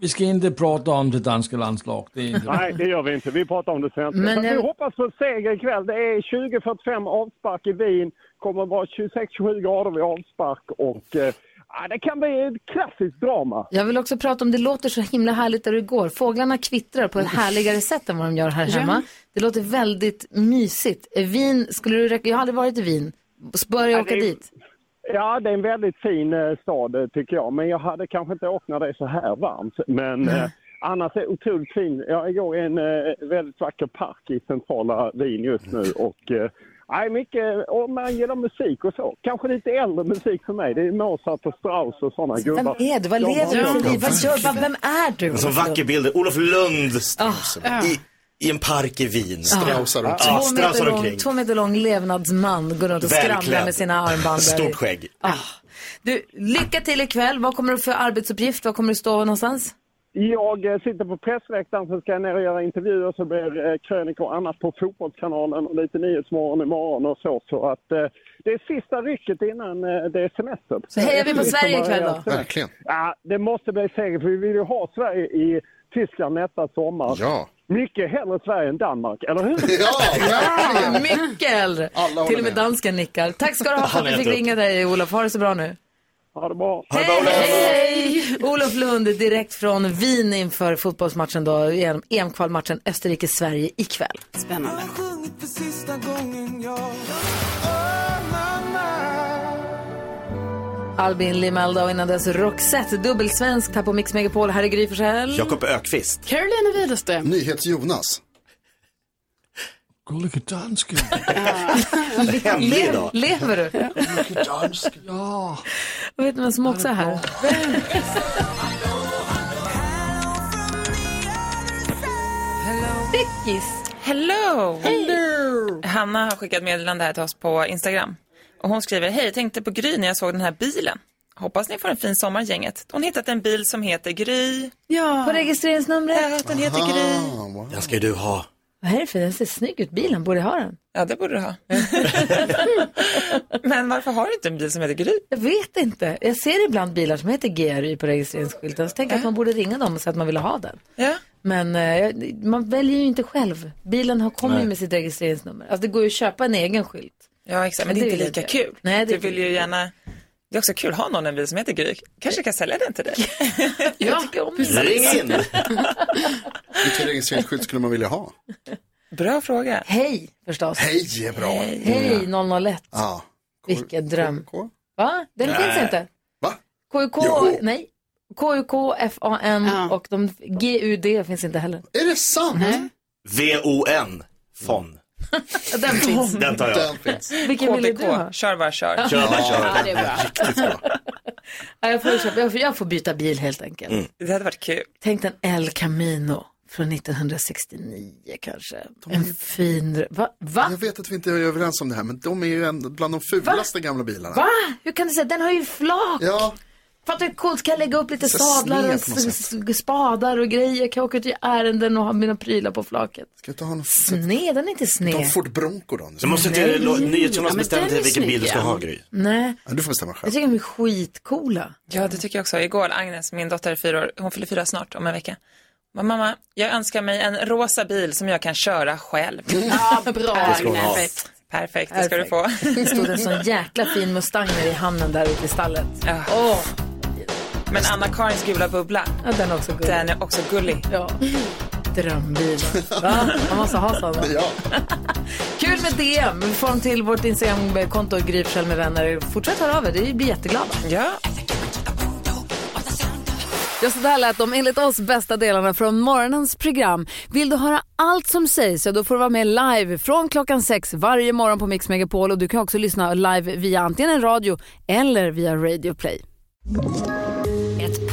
Speaker 11: vi ska inte prata om det danska landslaget. Det är inte
Speaker 24: Nej, det gör vi inte. Vi pratar om det svenska.
Speaker 11: Men eh,
Speaker 24: Men
Speaker 11: jag-
Speaker 24: Alltså, Vi hoppas på seger ikväll. Det är 20.45 avspark i Wien. kommer vara 26-27 grader vid avspark och eh, ja, det kan bli ett klassiskt drama.
Speaker 2: Jag vill också prata om, det låter så himla härligt där du går. Fåglarna kvittrar på ett härligare sätt än vad de gör här
Speaker 5: Ja.
Speaker 2: hemma. Det låter väldigt mysigt. Eh, Wien, skulle du räcka, jag har aldrig varit i Wien. S- Börja
Speaker 24: Ja,
Speaker 2: åka
Speaker 24: det är-
Speaker 2: dit.
Speaker 24: Ja, det är en väldigt fin eh, stad eh, tycker jag, men jag hade kanske inte åkt när det är så här varmt. Men eh, annars är det otroligt fin. Jag går i en eh, väldigt vacker park i centrala Wien just
Speaker 2: Mm.
Speaker 24: nu och eh, Nej, mycket, och man gillar musik och så. Kanske lite äldre musik för mig. Det är Mozart och Strauss och sådana
Speaker 2: Vem
Speaker 24: gubbar.
Speaker 2: är du? Vad
Speaker 24: De har
Speaker 2: lever du för
Speaker 24: dödat
Speaker 2: liv? Vad gör vad- Vem är du?
Speaker 3: En
Speaker 24: Alltså,
Speaker 3: sån vacker bild. Olof Lund Strauss,
Speaker 2: Ah, ja.
Speaker 3: i, i en park i Wien.
Speaker 2: Ja.
Speaker 3: Ja,
Speaker 2: Två, meter
Speaker 3: strausar
Speaker 2: lång,
Speaker 3: omkring.
Speaker 2: två meter lång levnadsman går runt och skramlar
Speaker 3: Välklädd.
Speaker 2: med sina armband. där.
Speaker 3: Stort skägg.
Speaker 2: Ah. Du, lycka till ikväll. Vad kommer du för arbetsuppgift? Vad kommer du stå någonstans?
Speaker 24: Jag eh, sitter på pressläktaren så ska jag ner och göra intervjuer så blir eh, krönikor och annat på Fotbollskanalen och lite Nyhetsmorgon imorgon och så. Så att eh, det är sista rycket innan eh, det är semester.
Speaker 2: Så hejar vi på
Speaker 24: Det är
Speaker 2: Sverige
Speaker 24: liksom bara
Speaker 2: ikväll då?
Speaker 24: att-
Speaker 2: Verkligen.
Speaker 24: Ja, det måste bli seger för vi vill ju ha Sverige i Tyskland nästa sommar.
Speaker 21: Ja.
Speaker 24: Mycket hellre Sverige än Danmark, eller hur?
Speaker 2: Ja, mycket hellre.
Speaker 24: håller
Speaker 2: Till och med
Speaker 24: med.
Speaker 2: dansken nickar. Tack ska du ha för att
Speaker 24: Han
Speaker 2: vi
Speaker 24: är
Speaker 2: fick
Speaker 24: helt upp.
Speaker 2: ringa dig, Olof. Ha det så bra nu.
Speaker 24: Ha det bra.
Speaker 2: Hej, hej, hej! Olof Lund direkt från Wien inför fotbollsmatchen då, EM- EM-kvalmatchen Österrike-Sverige ikväll. Spännande.
Speaker 6: sjungit för sista gången jag Oh mamma
Speaker 2: Albin Limelda och innan dess Roxette, dubbelsvensk här på Mix
Speaker 8: Mm.
Speaker 2: Megapol. Här är Gry Forssell.
Speaker 3: Jakob Ökvist.
Speaker 2: Carolina Widerström.
Speaker 21: NyhetsJonas.
Speaker 11: Gullige dansken.
Speaker 2: Le- Lever du?
Speaker 11: Gullige dansken. Ja.
Speaker 2: Och vet du vem som också är här? Vem? Beckis.
Speaker 25: Hello! Hanna har skickat meddelande här till oss på Instagram. Och hon skriver, hej, tänkte på Gry när jag såg den här bilen. Hoppas ni får en fin sommar gänget. Hon har hittat en bil som heter Gry.
Speaker 2: På registreringsnumret.
Speaker 25: Den heter Gry.
Speaker 3: Den ska ju du ha.
Speaker 2: Vad är det för? Den ser snygg ut. Bilen, borde jag ha den?
Speaker 25: Ja, det borde du ha. Men varför har du inte en bil som heter Gry?
Speaker 2: Jag vet inte. Jag ser ibland bilar som heter GRY på registreringsskylten. Så tänker jag att man borde ringa dem och säga att man vill ha den.
Speaker 25: Ja.
Speaker 2: Men eh, man väljer ju inte själv. Bilen har kommer ju
Speaker 25: Nej.
Speaker 2: med sitt registreringsnummer. Alltså det går ju att köpa en egen skylt.
Speaker 25: Ja, exakt. Men det är inte lika kul.
Speaker 2: Nej, det
Speaker 25: du vill ju gärna... Det är också kul, ha någon en bil som heter Gry. Kanske kan sälja den till dig.
Speaker 2: jag tycker om
Speaker 8: Ring in! Vilken registreringsskylt skulle man vilja ha?
Speaker 25: Bra fråga.
Speaker 2: Hej, förstås.
Speaker 8: Hej är bra.
Speaker 21: Mm.
Speaker 2: Hej 001.
Speaker 8: Ja.
Speaker 2: Vilken dröm. Va? Den
Speaker 8: Nej.
Speaker 2: finns inte.
Speaker 8: Va?
Speaker 2: KUK,
Speaker 8: Jo.
Speaker 2: nej. KUK, FAN och de, GUD finns inte heller.
Speaker 8: Är det sant?
Speaker 2: Nej.
Speaker 3: V-O-N. Fon.
Speaker 2: Den finns.
Speaker 3: Den tar jag.
Speaker 2: Vilken ville du ha?
Speaker 25: Kör bara kör.
Speaker 3: Kör bara kör.
Speaker 2: Ja, det är bra. Ja, jag, får, köpa- jag, får, jag får byta bil helt enkelt.
Speaker 8: Mm.
Speaker 25: Det hade varit kul.
Speaker 2: Tänk den El Camino från 1969 kanske. En fin... Va? Va?
Speaker 8: Jag vet att vi inte är överens om det här, men de är ju en, bland de fulaste gamla bilarna.
Speaker 2: Va? Hur kan du säga? Den har ju flak!
Speaker 8: Ja.
Speaker 2: Fattar du hur coolt? Kan jag lägga upp lite
Speaker 8: Så
Speaker 2: sadlar och
Speaker 8: sned på något
Speaker 2: s- s- spadar och grejer? Kan jag åka ut i ärenden och ha mina prylar på flaket?
Speaker 8: Ska jag ta honom?
Speaker 2: Sned, den är inte sned.
Speaker 8: De Ford Bronco då?
Speaker 3: Du måste
Speaker 2: Nej.
Speaker 3: till
Speaker 2: Ja, men
Speaker 3: NyhetsJonas bestämma
Speaker 2: den
Speaker 3: till
Speaker 2: är
Speaker 3: vilken bil du ska
Speaker 2: snygg,
Speaker 3: ha,
Speaker 2: ja.
Speaker 3: Gry.
Speaker 2: Nej.
Speaker 8: Ja, du får bestämma själv.
Speaker 2: Jag tycker de är skitcoola.
Speaker 25: Ja, det tycker jag också. Igår, Agnes, min dotter är fyra år, hon fyller fyra snart om en vecka. Men mamma, jag önskar mig en rosa bil som jag kan köra själv.
Speaker 2: Ja, bra, Det ska hon ha.
Speaker 25: Perfekt. Perfekt, det ska du få.
Speaker 2: Det stod en sån jäkla fin Mustang nere i hamnen där ute i stallet.
Speaker 25: Ja.
Speaker 2: Åh.
Speaker 25: Men Anna-Karins gula bubbla,
Speaker 2: Ja, den är också gullig.
Speaker 25: den är också gullig.
Speaker 2: Ja. Drömbilar. Va? Man måste ha sådana.
Speaker 8: Ja.
Speaker 2: Kul med DM. Vi får dem till vårt Instagramkonto Gry Forssell med vänner. Fortsätt höra av er. Vi blir jätteglada.
Speaker 25: Ja.
Speaker 2: Ja, så där lät de enligt oss bästa delarna från morgonens program. Vill du höra allt som sägs så då får du vara med live från klockan sex varje morgon på Mix Megapol. Och du kan också lyssna live via antingen en radio eller via Radio Play.
Speaker 9: Ett